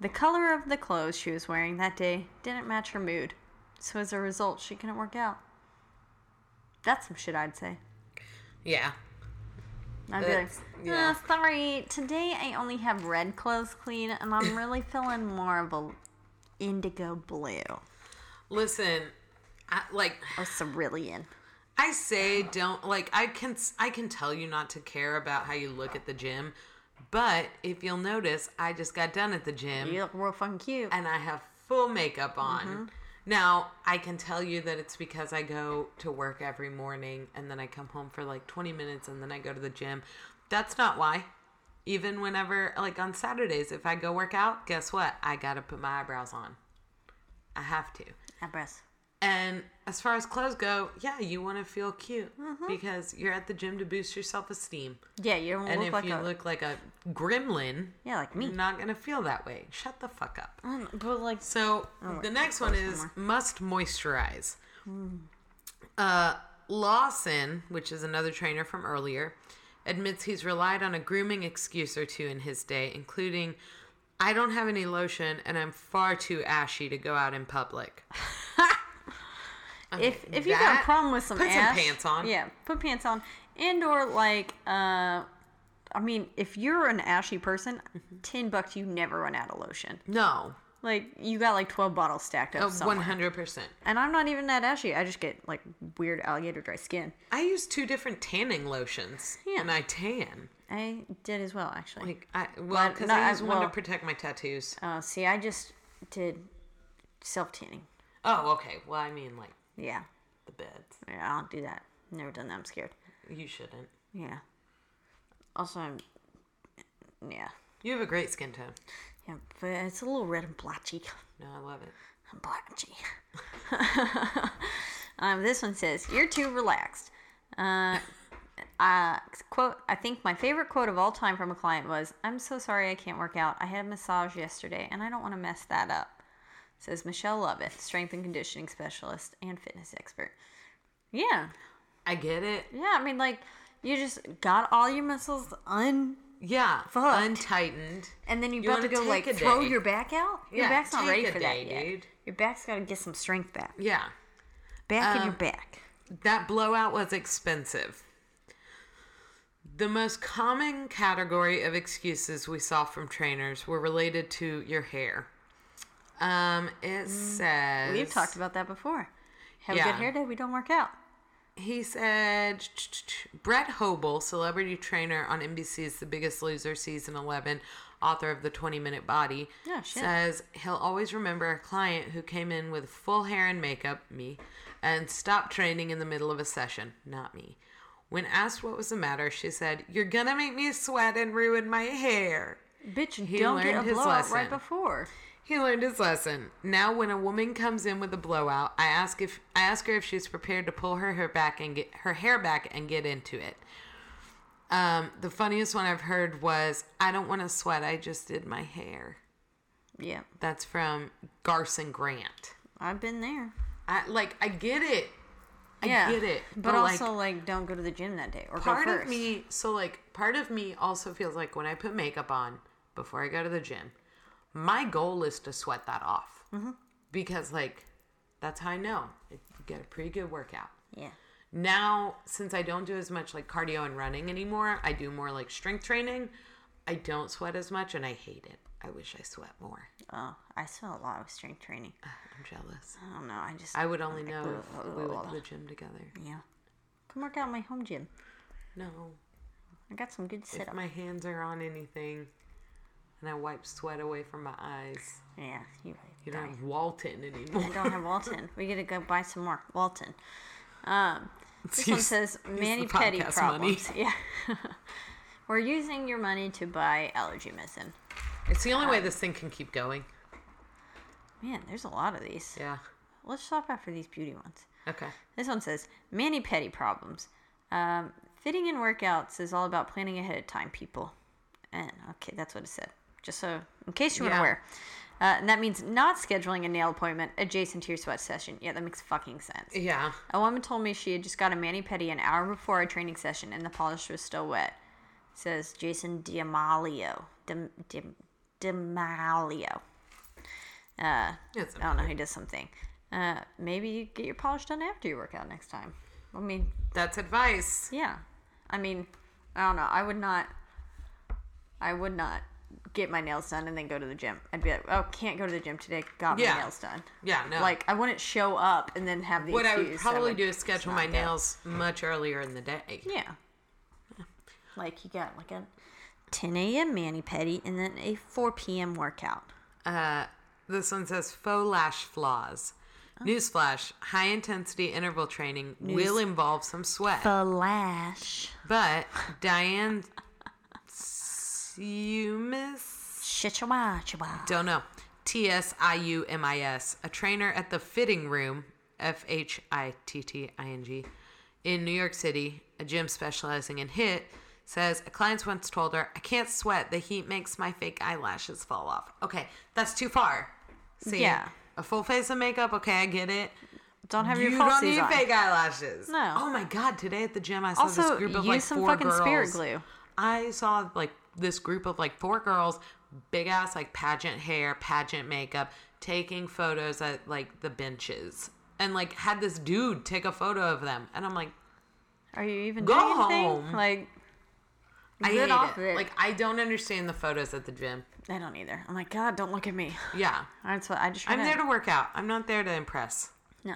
Speaker 1: the color of the clothes she was wearing that day didn't match her mood. So as a result, she couldn't work out. That's some shit I'd say.
Speaker 2: Yeah.
Speaker 1: I'd be like,
Speaker 2: That's-
Speaker 1: yeah.
Speaker 2: yeah.
Speaker 1: sorry, today I only have red clothes clean and
Speaker 2: *laughs*
Speaker 1: I'm really feeling more of a indigo blue
Speaker 2: Listen, I, like
Speaker 1: or cerulean.
Speaker 2: I say, don't like I can I can tell you not to care about how you look at the gym, but if you'll notice, I just got done at the gym
Speaker 1: You look real fucking cute.
Speaker 2: and I have full makeup on.
Speaker 1: Mm-hmm.
Speaker 2: Now, I can tell you that it's because I go to work every morning and then I come home for like 20 minutes and then I go to the gym. That's not why. Even whenever, like on Saturdays, if I go work out, guess what? I got to put my eyebrows on. I have to.
Speaker 1: Eyebrows.
Speaker 2: And as far as clothes go, yeah, you want to feel cute
Speaker 1: Mm-hmm.
Speaker 2: because you're at the gym to boost your self esteem.
Speaker 1: Yeah, you don't
Speaker 2: And
Speaker 1: look
Speaker 2: if
Speaker 1: like
Speaker 2: you
Speaker 1: a
Speaker 2: look like a gremlin,
Speaker 1: yeah, like me.
Speaker 2: you're not going to feel that way. Shut the fuck up.
Speaker 1: Um, but like
Speaker 2: So
Speaker 1: Oh,
Speaker 2: the next one is must moisturize.
Speaker 1: Hmm.
Speaker 2: Uh, Lawson, which is another trainer from earlier, admits he's relied on a grooming excuse or two in his day, including I don't have any lotion and I'm far too ashy to go out in
Speaker 1: *sighs*
Speaker 2: public.
Speaker 1: if if you got a
Speaker 2: that-
Speaker 1: problem with some
Speaker 2: put some
Speaker 1: ash,
Speaker 2: pants on.
Speaker 1: Yeah, put pants on. And or like uh I mean, if you're an ashy person,
Speaker 2: Mm-hmm.
Speaker 1: ten bucks you never run out of lotion.
Speaker 2: No,
Speaker 1: Like you got like twelve bottles stacked up
Speaker 2: Oh, one
Speaker 1: somewhere.
Speaker 2: hundred percent.
Speaker 1: And I'm not even that ashy. I just get like weird alligator dry skin.
Speaker 2: I use two different tanning lotions
Speaker 1: Yeah.
Speaker 2: and I tan.
Speaker 1: I did as well actually.
Speaker 2: Like I well,
Speaker 1: But
Speaker 2: because
Speaker 1: no, I-
Speaker 2: I use one
Speaker 1: well-
Speaker 2: to protect my tattoos.
Speaker 1: uh, see, I just did self tanning.
Speaker 2: Oh, okay. Well, I mean like
Speaker 1: Yeah.
Speaker 2: the beds.
Speaker 1: Yeah, I don't do that. Never done that. I'm scared.
Speaker 2: You shouldn't.
Speaker 1: Yeah. Also, I'm. Yeah.
Speaker 2: You have a great skin tone.
Speaker 1: Yeah, but it's *laughs* a little red and blotchy.
Speaker 2: No, I love it.
Speaker 1: Blotchy. *laughs* Um, this one says, "You're too relaxed." Uh, *laughs* uh, quote. I think my favorite quote of all time from a client was, "I'm so sorry I can't work out. I had a massage yesterday, and I don't want to mess that up." Says Michelle Lovett, strength and conditioning specialist and fitness expert. Yeah,
Speaker 2: I get it.
Speaker 1: yeah. I mean, like you just got all your muscles un,
Speaker 2: Yeah,
Speaker 1: Fucked.
Speaker 2: untightened.
Speaker 1: and then you,
Speaker 2: You
Speaker 1: about to
Speaker 2: wanna
Speaker 1: go
Speaker 2: take
Speaker 1: like
Speaker 2: a
Speaker 1: throw
Speaker 2: day.
Speaker 1: your back out. Your
Speaker 2: Yeah,
Speaker 1: back's not
Speaker 2: take
Speaker 1: ready
Speaker 2: a
Speaker 1: for that
Speaker 2: day,
Speaker 1: yet.
Speaker 2: dude.
Speaker 1: Your back's got to get some strength back.
Speaker 2: Yeah,
Speaker 1: Back
Speaker 2: Um,
Speaker 1: in your back.
Speaker 2: that blowout was expensive. The most common category of excuses we saw from trainers were related to your hair. Um, it says
Speaker 1: Mm. We've talked about that before. Have a
Speaker 2: Yeah.
Speaker 1: good hair day. We don't work out.
Speaker 2: He said Brett Hobel, celebrity trainer on NBC's The Biggest Loser season 11, author of The 20 Minute Body,
Speaker 1: Yeah, Oh, shit.
Speaker 2: says he'll always remember a client who came in with full hair and makeup, me, and stopped training in the middle of a session, not me. When asked what was the matter, she said, "You're going to make me sweat and ruin my hair."
Speaker 1: Bitch,
Speaker 2: He
Speaker 1: don't get
Speaker 2: learned
Speaker 1: a
Speaker 2: his
Speaker 1: blowout
Speaker 2: lesson.
Speaker 1: right before.
Speaker 2: He learned his lesson. Now, when a woman comes in with a blowout, I ask if I ask her if she's prepared to pull her hair back and get her hair back and get into it. Um, the funniest one I've heard was, "I don't want to sweat. I just did my hair."
Speaker 1: Yeah,
Speaker 2: That's from Garson Grant.
Speaker 1: I've been there.
Speaker 2: I like. I get it. I
Speaker 1: yeah,
Speaker 2: get it.
Speaker 1: But,
Speaker 2: But,
Speaker 1: also,
Speaker 2: like,
Speaker 1: like, don't go to the gym that day or
Speaker 2: part
Speaker 1: go first.
Speaker 2: of me. So like, part of me also feels like when I put makeup on before I go to the gym, my goal is to sweat that off because like that's how I know you get a pretty good workout.
Speaker 1: Yeah,
Speaker 2: Now, since I don't do as much like cardio and running anymore, I do more like strength training. I don't sweat as much, and I hate it. I wish I sweat more. *sighs*
Speaker 1: oh, I saw a lot of strength training.
Speaker 2: I'm jealous.
Speaker 1: I don't know. I just
Speaker 2: I would only know if we went to the gym together.
Speaker 1: yeah. Come work out in my home gym.
Speaker 2: No.
Speaker 1: I got some good sit
Speaker 2: If
Speaker 1: up.
Speaker 2: my hands are on anything and I wipe sweat away from my eyes,
Speaker 1: Yeah, you
Speaker 2: you don't have Walton anymore.
Speaker 1: We
Speaker 2: *laughs*
Speaker 1: don't have Walton. We gotta go buy some more Walton. Um,
Speaker 2: *laughs*
Speaker 1: this one
Speaker 2: use-
Speaker 1: says
Speaker 2: use
Speaker 1: Manny
Speaker 2: the
Speaker 1: Petty
Speaker 2: podcast money.
Speaker 1: problems. *laughs* Yeah. We're using your money to buy allergy medicine.
Speaker 2: It's the only way this thing can keep going.
Speaker 1: Man, there's a lot of these.
Speaker 2: Yeah.
Speaker 1: Let's stop after these beauty ones.
Speaker 2: Okay.
Speaker 1: This one says Manny Petty problems. Um, fitting in workouts is all about planning ahead of time, people. And okay, that's what it said. Just so in case you weren't
Speaker 2: Yeah.
Speaker 1: aware. Uh, and that means not scheduling a nail appointment adjacent to your sweat session. Yeah, that makes fucking sense.
Speaker 2: Yeah.
Speaker 1: A woman told me she had just got a mani pedi an hour before our training session, and the polish was still wet. Says Jason Diamalio. Dim, Dim, Dimalio. Uh,
Speaker 2: It's
Speaker 1: I don't know. He does something. Uh, maybe you get your polish done after your workout next time. I mean,
Speaker 2: That's advice.
Speaker 1: yeah. I mean, I don't know. I would not. I would not get my nails done and then go to the gym. I'd be like, oh, can't go to the gym today. Got my
Speaker 2: Yeah.
Speaker 1: nails done.
Speaker 2: Yeah, no.
Speaker 1: Like I wouldn't show up and then have the.
Speaker 2: What I would
Speaker 1: excuse.
Speaker 2: probably
Speaker 1: would
Speaker 2: do is schedule
Speaker 1: not
Speaker 2: my
Speaker 1: go.
Speaker 2: nails much earlier in the day.
Speaker 1: Yeah. Like you got like a 10 a.m. mani pedi and then a 4 p.m. workout.
Speaker 2: Uh, this one says faux lash flaws.
Speaker 1: Oh.
Speaker 2: Newsflash: High intensity interval training will involve some sweat.
Speaker 1: Flash.
Speaker 2: But Diane Siumis,
Speaker 1: Chihuahua. chihuahua.
Speaker 2: don't know, T S I U M I S, a trainer at the Fitting Room, F H I T T I N G, in New York City, a gym specializing in HIT, says a client once told her, "I can't sweat. The heat makes my fake eyelashes fall off." Okay, that's too far. See,
Speaker 1: Yeah.
Speaker 2: a full face of makeup. Okay, I get it.
Speaker 1: Don't have
Speaker 2: you
Speaker 1: your
Speaker 2: don't
Speaker 1: falsies
Speaker 2: need
Speaker 1: on.
Speaker 2: fake eyelashes.
Speaker 1: No.
Speaker 2: Oh my god! Today at the gym, I saw
Speaker 1: Also,
Speaker 2: this group of
Speaker 1: use
Speaker 2: like
Speaker 1: some
Speaker 2: four
Speaker 1: fucking
Speaker 2: girls.
Speaker 1: spirit glue.
Speaker 2: I saw like this group of like four girls, big ass like pageant hair, pageant makeup, taking photos at like the benches, and like had this dude take a photo of them, and I'm like,
Speaker 1: Are you even
Speaker 2: Go
Speaker 1: doing anything?
Speaker 2: home.
Speaker 1: Like
Speaker 2: I
Speaker 1: Get
Speaker 2: hate
Speaker 1: off
Speaker 2: it.
Speaker 1: it.
Speaker 2: Like I don't understand the photos at the gym.
Speaker 1: I don't either. I'm like, God, don't look at me.
Speaker 2: Yeah,
Speaker 1: That's what I just.
Speaker 2: I'm there to work out. I'm not there to impress.
Speaker 1: No.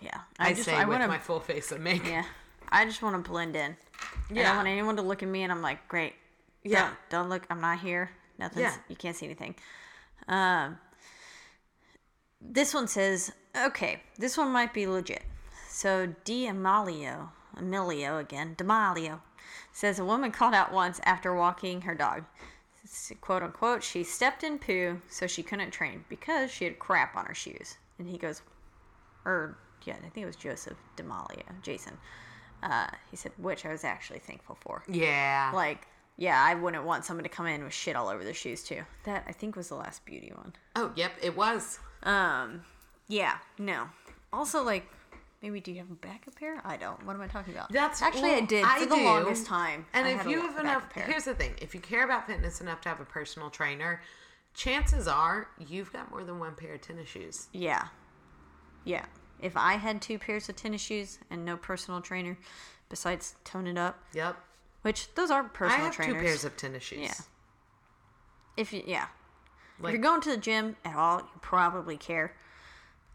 Speaker 1: Yeah.
Speaker 2: I,
Speaker 1: just.
Speaker 2: say
Speaker 1: I
Speaker 2: with
Speaker 1: want to.
Speaker 2: my full face of makeup.
Speaker 1: Yeah. I just want to blend in. Yeah. I
Speaker 2: Yeah.
Speaker 1: don't want anyone to look at me, and I'm like, great.
Speaker 2: Yeah.
Speaker 1: Don't, don't look. I'm not here. Nothing.
Speaker 2: Yeah.
Speaker 1: You can't see anything. Um, this one says, okay, this one might be legit. So D'Amalio, Emilio again, D'Amalio, says a woman called out once after walking her dog. S- Quote unquote, she stepped in poo, so she couldn't train because she had crap on her shoes. And he goes, or yeah, I think it was Joseph Demalia, Jason. Uh, he said, which I was actually thankful for.
Speaker 2: Yeah.
Speaker 1: Like, yeah, I wouldn't want someone to come in with shit all over their shoes too. That I think was the last beauty one.
Speaker 2: oh, yep, it was.
Speaker 1: Um, yeah, no. Also, like, maybe do you have a backup pair? I don't. What am I talking about?
Speaker 2: That's
Speaker 1: actually
Speaker 2: well,
Speaker 1: I did for the
Speaker 2: do.
Speaker 1: longest time.
Speaker 2: And
Speaker 1: I
Speaker 2: if
Speaker 1: had a
Speaker 2: you
Speaker 1: lo-
Speaker 2: have
Speaker 1: a
Speaker 2: enough,
Speaker 1: backup
Speaker 2: here's the thing: if you care about fitness enough to have a personal trainer, chances are you've got more than one pair of tennis shoes.
Speaker 1: yeah, yeah. If I had two pairs of tennis shoes and no personal trainer, besides Tone It Up,
Speaker 2: Yep,
Speaker 1: which those are personal
Speaker 2: I have
Speaker 1: trainers.
Speaker 2: two pairs of tennis shoes.
Speaker 1: Yeah. if you yeah
Speaker 2: Like-
Speaker 1: if you're going to the gym at all you probably care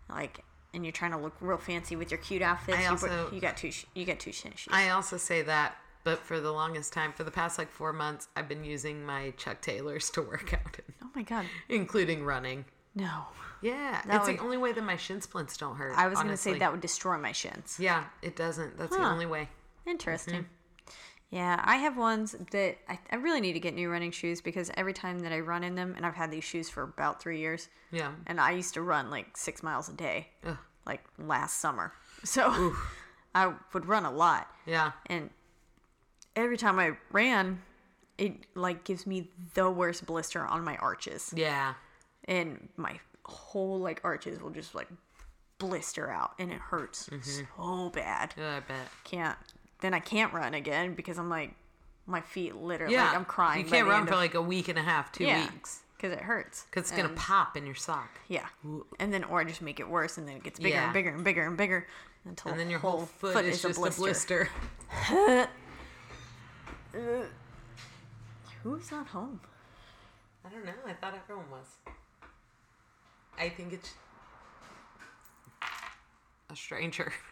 Speaker 1: like and you're trying to look real fancy with your cute outfits
Speaker 2: I
Speaker 1: you, put-
Speaker 2: also-
Speaker 1: you got two sh- you got two shin shoes
Speaker 2: I also say that, but for the longest time, for the past like four months, I've been using my Chuck Taylors *laughs* to work out, in,
Speaker 1: oh my god
Speaker 2: including running.
Speaker 1: no
Speaker 2: Yeah,
Speaker 1: That
Speaker 2: it's
Speaker 1: would-
Speaker 2: the only way that my shin splints don't hurt.
Speaker 1: i was
Speaker 2: going to
Speaker 1: gonna say that would destroy my shins
Speaker 2: Yeah, it doesn't. That's the
Speaker 1: Huh.
Speaker 2: only way.
Speaker 1: interesting
Speaker 2: Mm-hmm.
Speaker 1: yeah i have ones that I, I really need to get new running shoes because every time that i run in them and i've had these shoes for about three years
Speaker 2: Yeah.
Speaker 1: and i used to run like six miles a day
Speaker 2: Ugh.
Speaker 1: like last summer so *laughs* i would run a lot
Speaker 2: Yeah.
Speaker 1: and every time I ran, it like gives me the worst blister on my arches,
Speaker 2: Yeah.
Speaker 1: and my whole like arches will just like blister out, and it hurts so bad.
Speaker 2: Mm-hmm. Yeah, I bet.
Speaker 1: Can't then I can't run again because I'm like my feet literally
Speaker 2: Yeah,
Speaker 1: like, I'm crying.
Speaker 2: You can't run for like a week and a half, two weeks. 'Cause weeks,
Speaker 1: because it hurts.
Speaker 2: because it's gonna pop in your sock,
Speaker 1: Yeah, and then or I just make it worse, and then it gets bigger
Speaker 2: Yeah.
Speaker 1: and bigger and bigger and bigger until
Speaker 2: and then your whole, foot, is, just a blister.
Speaker 1: Who's not home?
Speaker 2: I don't know. I thought everyone was. I think it's a stranger. *laughs*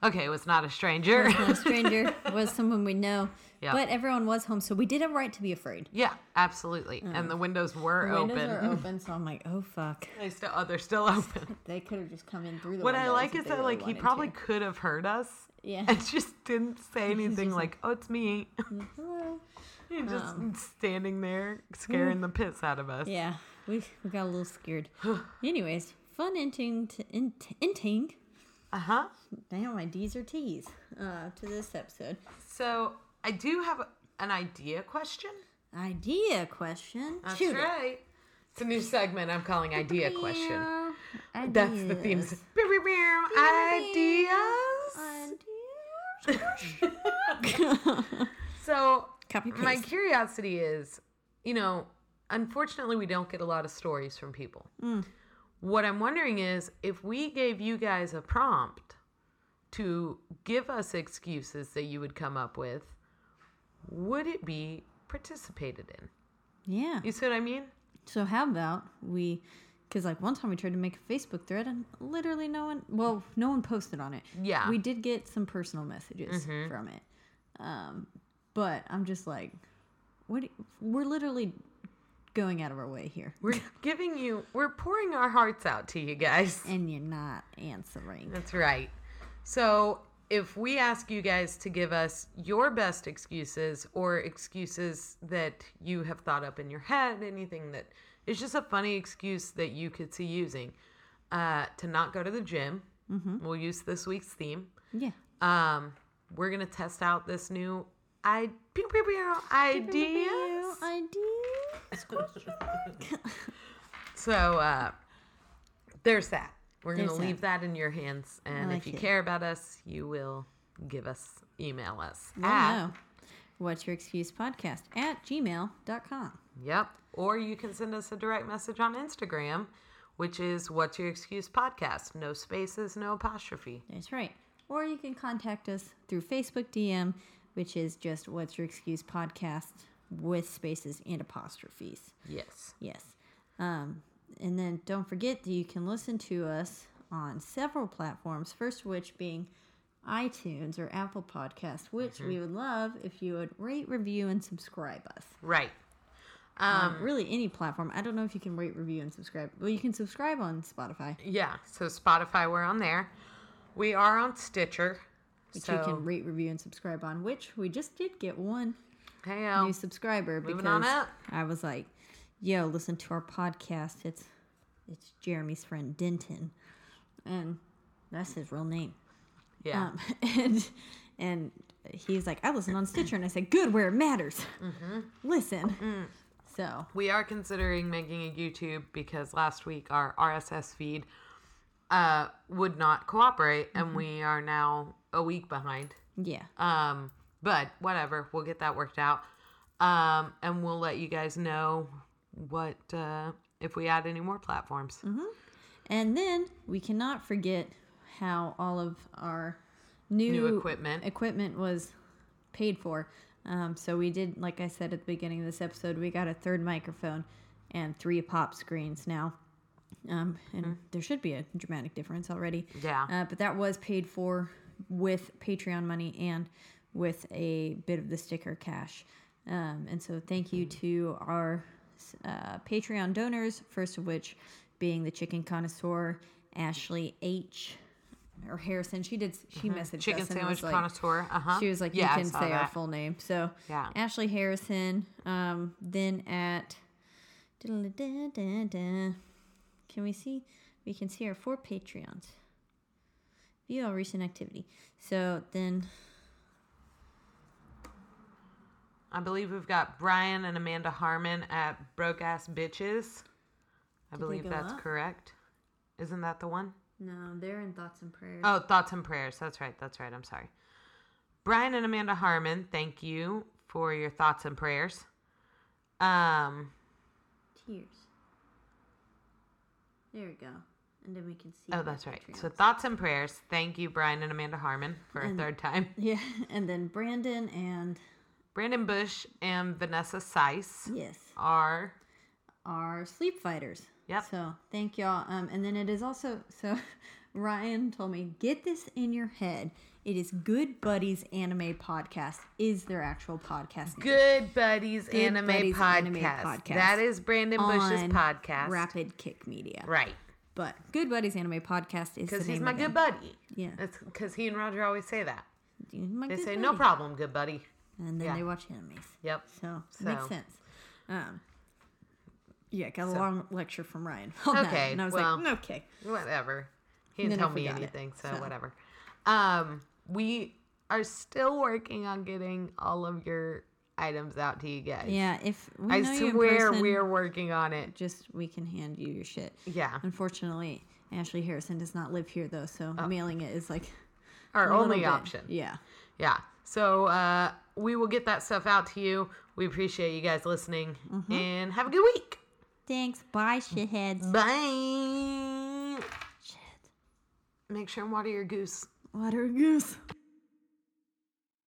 Speaker 2: Okay, it was not a
Speaker 4: *laughs*
Speaker 2: stranger. *laughs*
Speaker 4: A stranger was someone we know.
Speaker 2: Uh-huh. Yeah.
Speaker 4: But everyone was home, so we did have right to be afraid.
Speaker 2: yeah, absolutely. And the windows were
Speaker 4: Windows
Speaker 2: open. *laughs*
Speaker 4: are open, so I'm like, oh fuck.
Speaker 2: They still, oh, they're still open.
Speaker 4: They could have just come in through the
Speaker 2: What I
Speaker 4: windows
Speaker 2: like
Speaker 4: if
Speaker 2: is
Speaker 4: they
Speaker 2: that,
Speaker 4: really
Speaker 2: like, he
Speaker 4: wanted
Speaker 2: probably
Speaker 4: to.
Speaker 2: could have heard us.
Speaker 4: Yeah.
Speaker 2: And just didn't
Speaker 4: *laughs*
Speaker 2: say anything like, oh, it's me. *laughs*
Speaker 4: Hello.
Speaker 2: You're just standing there scaring the piss out of us.
Speaker 4: Um. Yeah, we, we got a
Speaker 2: *sighs*
Speaker 4: little scared. Anyways, fun inting to in, inting.
Speaker 2: Uh huh.
Speaker 4: Now my D's are T's uh, to this episode.
Speaker 2: So I do have an idea question.
Speaker 4: Idea question.
Speaker 2: That's
Speaker 4: Shoot it.
Speaker 2: right. It's a new segment I'm calling idea question.
Speaker 4: Yeah,
Speaker 2: Uh, That's the theme.
Speaker 4: ideas.
Speaker 2: Beow, beow, beow. Ideas.
Speaker 4: Ideas.
Speaker 2: So
Speaker 4: Copy
Speaker 2: my
Speaker 4: paste.
Speaker 2: curiosity is, you know, unfortunately we don't get a lot of stories from people.
Speaker 4: Mm.
Speaker 2: What I'm wondering is if we gave you guys a prompt to give us excuses that you would come up with, would it be participated in?
Speaker 4: Yeah.
Speaker 2: You see what I mean?
Speaker 4: So how about we? Because like one time we tried to make a Facebook thread and literally no one, well, no one posted on it.
Speaker 2: Yeah. Mm-hmm.
Speaker 4: we did get some personal messages from it, um, but I'm just like, what? do- We're literally going out of our way here, *laughs*
Speaker 2: We're giving you, we're pouring our hearts out to you guys.
Speaker 4: and you're not answering.
Speaker 2: That's right. So if we ask you guys to give us your best excuses or excuses that you have thought up in your head, anything that is just a funny excuse that you could see using uh, to not go to the gym, we'll use this week's theme.
Speaker 4: Yeah,
Speaker 2: Um, we're going to test out this new I- pew, pew, pew, idea.
Speaker 4: I do.
Speaker 2: So uh, there's that. We're going to
Speaker 4: There's
Speaker 2: leave that in your hands. And if
Speaker 4: like
Speaker 2: you
Speaker 4: it.
Speaker 2: care about us, you will give us, email us. at-
Speaker 4: Wow. What's your excuse podcast at gmail.com.
Speaker 2: Yep. Or you can send us a direct message on Instagram, which is What's Your Excuse Podcast. No spaces, no apostrophe.
Speaker 4: That's right. Or you can contact us through Facebook DM, which is just What's Your Excuse podcast with spaces and apostrophes.
Speaker 2: Yes.
Speaker 4: Yes. Um, and then don't forget that you can listen to us on several platforms, first of which being iTunes or Apple Podcasts, which
Speaker 2: Mm-hmm.
Speaker 4: we would love if you would rate, review, and subscribe us.
Speaker 2: Right.
Speaker 4: Um,
Speaker 2: Mm-hmm.
Speaker 4: really, any platform. I don't know if you can rate, review, and subscribe. Well, you can subscribe on Spotify,
Speaker 2: Yeah. So Spotify, we're on there. We are on Stitcher.
Speaker 4: which
Speaker 2: so,
Speaker 4: you can rate, review, and subscribe on, which we just did get one.
Speaker 2: hey,
Speaker 4: new
Speaker 2: yo.
Speaker 4: subscriber
Speaker 2: Oh, Moving
Speaker 4: because
Speaker 2: on up.
Speaker 4: I was like, "Yo, listen to our podcast. It's it's Jeremy's friend Denton." and that's his real name.
Speaker 2: Yeah.
Speaker 4: Um, *laughs* and and he's like, I listen on Stitcher, and I said, good where it matters. Listen. So
Speaker 2: we are considering making a YouTube because last week our RSS feed uh, would not cooperate, and
Speaker 4: Mm-hmm.
Speaker 2: we are now a week behind.
Speaker 4: yeah,
Speaker 2: Um, but whatever, we'll get that worked out, um, and we'll let you guys know what uh, if we add any more platforms.
Speaker 4: Mm-hmm. and then we cannot forget how all of our new,
Speaker 2: New equipment.
Speaker 4: equipment was paid for. Um, so we did, like I said at the beginning of this episode, we got a third microphone and three pop screens now. Um, and there should be a dramatic difference already.
Speaker 2: Yeah.
Speaker 4: Uh, but that was paid for with Patreon money and with a bit of the sticker cash. Um, and so thank you to our uh, Patreon donors, first of which being the chicken connoisseur, Ashley H. Or Harrison, she did. She messaged
Speaker 2: Chicken
Speaker 4: us and was
Speaker 2: sandwich
Speaker 4: like-
Speaker 2: connoisseur. Uh huh.
Speaker 4: she was like, "You can say our full name." So
Speaker 2: Yeah.
Speaker 4: Ashley Harrison. Um, then at diddle-da-da-da. can we see? We can see our four Patreons. View all recent activity. So then,
Speaker 2: I believe we've got Brian and Amanda Harmon at Broke Ass Bitches. I believe
Speaker 4: go
Speaker 2: that's
Speaker 4: up?
Speaker 2: correct. Isn't that the one?
Speaker 4: no, they're in thoughts and prayers.
Speaker 2: Oh, thoughts and prayers. That's right. That's right. I'm sorry. Brian and Amanda Harmon, thank you for your thoughts and prayers. Um,
Speaker 4: Tears. There we go. And then we can see.
Speaker 2: oh,
Speaker 4: our
Speaker 2: that's right. So
Speaker 4: Patreons.
Speaker 2: thoughts and prayers. Thank you, Brian and Amanda Harmon, for a third time.
Speaker 4: yeah, *laughs* and then Brandon and
Speaker 2: Brandon Bush and Vanessa Seiss
Speaker 4: yes.
Speaker 2: are
Speaker 4: are sleep fighters.
Speaker 2: Yep.
Speaker 4: So thank y'all. Um, and then it is also so *laughs* Ryan told me get this in your head. It is Good Buddies Anime Podcast is their actual podcast. name.
Speaker 2: Good Buddies,
Speaker 4: Good
Speaker 2: Anime,
Speaker 4: Buddies
Speaker 2: podcast.
Speaker 4: Anime Podcast.
Speaker 2: That is Brandon Bush's
Speaker 4: on
Speaker 2: podcast.
Speaker 4: Rapid Kick Media.
Speaker 2: Right.
Speaker 4: But Good Buddies Anime Podcast is
Speaker 2: Because
Speaker 4: the
Speaker 2: he's
Speaker 4: name
Speaker 2: my
Speaker 4: of
Speaker 2: good
Speaker 4: it.
Speaker 2: buddy.
Speaker 4: Yeah.
Speaker 2: That's because he and Roger always say that.
Speaker 4: My
Speaker 2: They
Speaker 4: good
Speaker 2: say,
Speaker 4: buddy.
Speaker 2: no problem, good buddy.
Speaker 4: And then
Speaker 2: Yeah.
Speaker 4: they watch animes.
Speaker 2: Yep.
Speaker 4: So,
Speaker 2: So-
Speaker 4: makes sense. Um, yeah, got a long lecture from Ryan. *laughs* on that,
Speaker 2: Okay,
Speaker 4: And I was
Speaker 2: well,
Speaker 4: like, okay.
Speaker 2: Whatever. He
Speaker 4: And
Speaker 2: didn't
Speaker 4: then I
Speaker 2: tell me
Speaker 4: forgot it,
Speaker 2: anything, so,
Speaker 4: so.
Speaker 2: whatever. Um, we are still working on getting all of your items out to you guys.
Speaker 4: Yeah, if we
Speaker 2: I
Speaker 4: know you in
Speaker 2: swear
Speaker 4: person-
Speaker 2: we're working on it.
Speaker 4: just we can hand you your shit.
Speaker 2: Yeah.
Speaker 4: Unfortunately, Ashley Harrison does not live here though, so mailing it is like
Speaker 2: Oh. Our
Speaker 4: a little
Speaker 2: only
Speaker 4: bit-
Speaker 2: option.
Speaker 4: Yeah.
Speaker 2: Yeah. So uh, we will get that stuff out to you. We appreciate you guys listening
Speaker 4: Mm-hmm.
Speaker 2: and have a good week.
Speaker 4: Thanks. Bye, shitheads.
Speaker 2: Bye. Make sure and water your goose.
Speaker 4: Water goose.